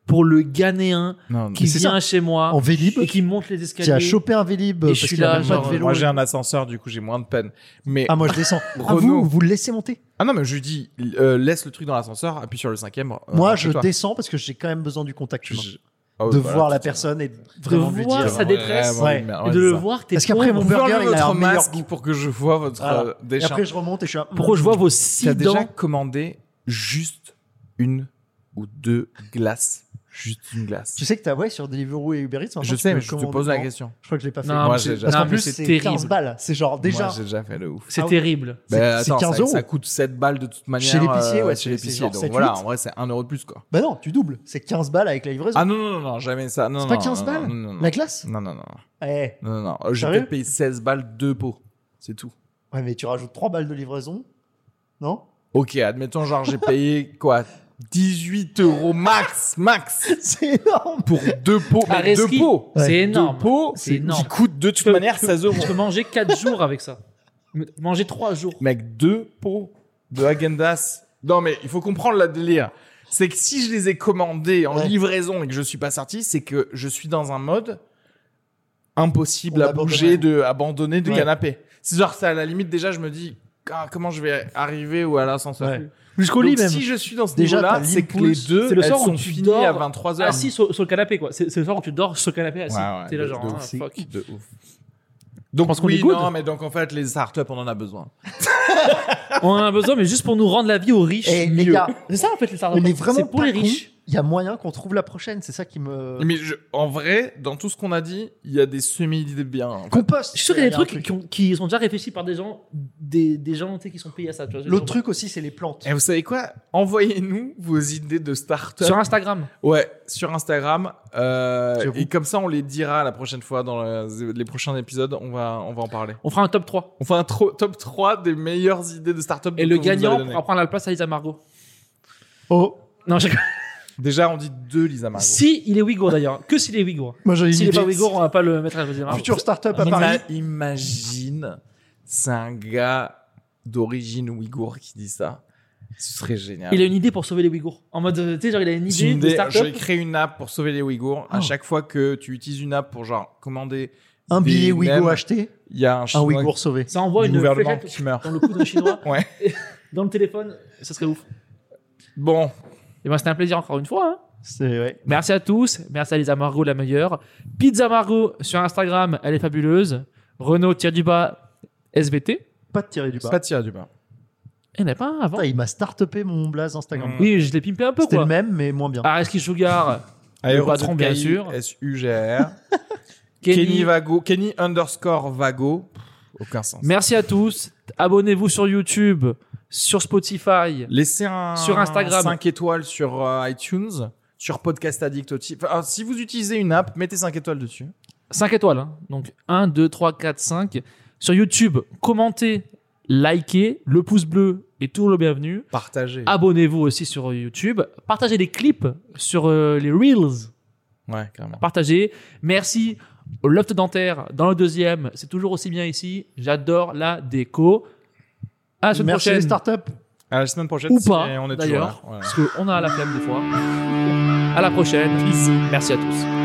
pour le Ghanéen
Non,
qui
Mais c'est
vient chez moi
En Vélib.
et qui monte les
Qui
escaliers.
a chopé un vélib.
Et
parce
je suis
qu'il
là,
avait pas de
genre,
vélo.
Moi j'ai un ascenseur, du coup j'ai moins de peine. Mais
Ah moi je descends. Ah,
Renaud.
vous, vous le laissez monter.
Ah non, mais je lui dis, euh, laisse le truc dans l'ascenseur, appuie sur le cinquième. euh,
Moi, je
rentre chez
descends parce que j'ai quand même besoin du contact
toi.
humain.
Je- Ah ouais,
de
voilà,
voir la
putain.
personne et de vraiment lui
voir
dire.
sa détresse.
Vraiment,
Ouais.
merde,
Et
ouais,
de
c'est
le
ça.
voir, t'es
Parce qu'après, mon
Vous
burger,
enlevez
il a un
votre
meilleur
masque
goût.
pour que je vois votre
Voilà.
euh,
Et
déchet.
après, je remonte et je suis un...
Pourquoi je vois vos
T'as
six
déjà
dents
commandé juste une ou deux glaces Juste une glace.
Tu sais que t'as, ouais, sur Deliveroo et Uber Eats, maintenant,
je
tu
sais,
peux
mais je te
commander
pose la
en-
question.
Je crois que je l'ai pas fait.
Non,
Moi,
mais
j'ai
c'est-
déjà
Parce
non,
qu'en
mais
plus,
c'est
c'est 15
terrible.
balles. C'est genre, déjà,
Moi, j'ai déjà fait le ouf.
C'est
Ah ouais.
terrible.
c'est
Bah,
c'est
attends,
15
ça,
euros.
ça coûte 7 balles de toute manière. euh,
Chez l'épicier, ouais,
chez
c'est- c'est
l'épicier.
genre
Donc
7,
voilà,
8.
en vrai, c'est 1 euro de plus, quoi.
Bah non, tu doubles. C'est 15 balles avec la livraison.
Ah non, non, non, non, jamais ça. Non,
C'est pas
non,
15
non,
balles
Non, non, non.
La glace
Non, non, non.
Eh.
non, non, non. J'ai
Sérieux
peut-être payé 16 balles deux pots. C'est tout.
Ouais, mais tu rajoutes 3 balles de livraison. Non
Ok, admettons, genre, j'ai payé quoi 18 euros max, max
C'est énorme.
pour deux pots. Mais deux
Areski,
pots
c'est énorme.
Deux pots
C'est énorme.
qui coûtent de toute manière 16 euros.
Je peux manger 4 jours avec ça. Manger 3 jours.
Mec, deux pots de Agendas. Non, mais il faut comprendre la délire. C'est que si je les ai commandés en
Ouais.
livraison et que je suis pas sorti, c'est que je suis dans un mode impossible
On
à
abandonne.
bouger, de abandonner de
Ouais.
canapé. C'est genre, ça, à la limite, déjà, je me dis, Ah, comment je vais arriver ou à l'ascenseur
Ouais.
Jusqu'au
Donc, Si je suis dans ce
Déjà,
niveau-là,
t'as
c'est que les
l'impulse.
deux,
C'est le
elles
soir où
sont
tu
finies
dors
à 23h.
Assis sur, sur le canapé, quoi. C'est c'est le soir où tu dors sur le canapé assis. T'es là, genre,
de,
ah,
ouf.
fuck.
de ouf. Donc,
pense qu'on
oui,
est good.
non, mais donc en fait, les startups, on en a besoin.
On en a besoin, mais juste pour nous rendre la vie aux riches.
Eh, les
mieux.
gars,
c'est ça en fait les startups.
On est vraiment
Ah, C'est pour
pas
les
con.
riches.
Il y a moyen qu'on trouve la prochaine. C'est ça qui me...
Mais je- en vrai, dans tout ce qu'on a dit, il y a des semi-idées bien. en fait.
Compost.
Je suis sûr qu'il y a des
Il un
trucs qui, ont- qui sont déjà réfléchis par des gens, des, des gens tu sais, qui sont payés à ça. tu vois,
L'autre
genre-
truc aussi, c'est les plantes.
Et vous savez quoi Envoyez-nous vos idées de start-up.
euh,
Sur Instagram.
Ouais, sur Instagram. euh,
J'avoue.
et comme ça, on les dira la prochaine fois dans le- les prochains épisodes. On va, on va en parler.
On fera un top 3.
On fait un tro- top 3 des meilleures idées de start-up.
Et
que
le
vous nous avez
gagnant
données.
pourra prendre la place à Lisa Margot.
Oh,
Non, je...
Déjà, on dit deux, Lisa Margot.
Si il est Ouïghour d'ailleurs. Que s'il est Ouïghour.
moi j'avais
S'il
une
est pas
idée.
Ouïghour, on va pas le mettre à la Lisa Margot.
Future startup à
Ima-
Paris.
Imagine, c'est un gars d'origine ouïghour qui dit ça. Ce serait génial.
Il a une idée pour sauver les Ouïghours. En mode, euh, tu sais, genre, il a une
C'est
idée
une
de
idée. Je vais
start-up.
créer une app pour sauver les Ouïghours. À
Oh.
chaque fois que tu utilises une app pour genre commander,
Un
Des
billet Ouigo
mèmes.
acheté,
il y a un
un
chinois
Ouïghour sauvé.
Ça envoie
du
Oh, une
gouvernement
fléchette
qui meurt.
dans le cou d'un chinois.
Ouais.
Dans le téléphone, ça serait ouf.
Bon,
Et ben, c'était un plaisir encore une fois. hein.
C'est ouais.
Merci à tous. Merci à Lisa Margot, la meilleure. Pizza Margot sur Instagram, elle est fabuleuse. Renault tire du bas SBT.
Pas de tirer du bas.
pas de tir du bas.
Elle n'a Eh, pas un avant.
Putain, il m'a startupé mon blaze Instagram.
Mm.
Oui, je l'ai pimpé un peu
C'était le
quoi.
même, mais moins bien.
Areski Sugar, Le patron, bien sûr.
S U G R.
Kenny.
Kenny Vago, Kenny underscore Vago. Pff, Aucun sens.
Merci à tous. Abonnez-vous sur YouTube, sur Spotify.
Laissez un
Sur Instagram.
5 étoiles sur euh, iTunes, sur Podcast Addict aussi. Enfin, alors, si vous utilisez une app, mettez 5 étoiles dessus.
5 étoiles. hein. Donc 1, 2, 3, 4, 5. Sur YouTube, commentez, likez, le pouce bleu est toujours le bienvenu.
Partagez.
Abonnez-vous aussi sur YouTube. Partagez les clips sur euh, les Reels.
Ouais, carrément.
Partagez. Merci au Loft Dentaire dans le deuxième. C'est toujours aussi bien ici. J'adore la déco. À la semaine
Merci les
prochaine.
startups.
À la semaine prochaine.
Ou
si-
pas,
et on est toujours
d'ailleurs.
là. Voilà.
Parce qu'on a la flemme des fois. À la prochaine. Merci à tous.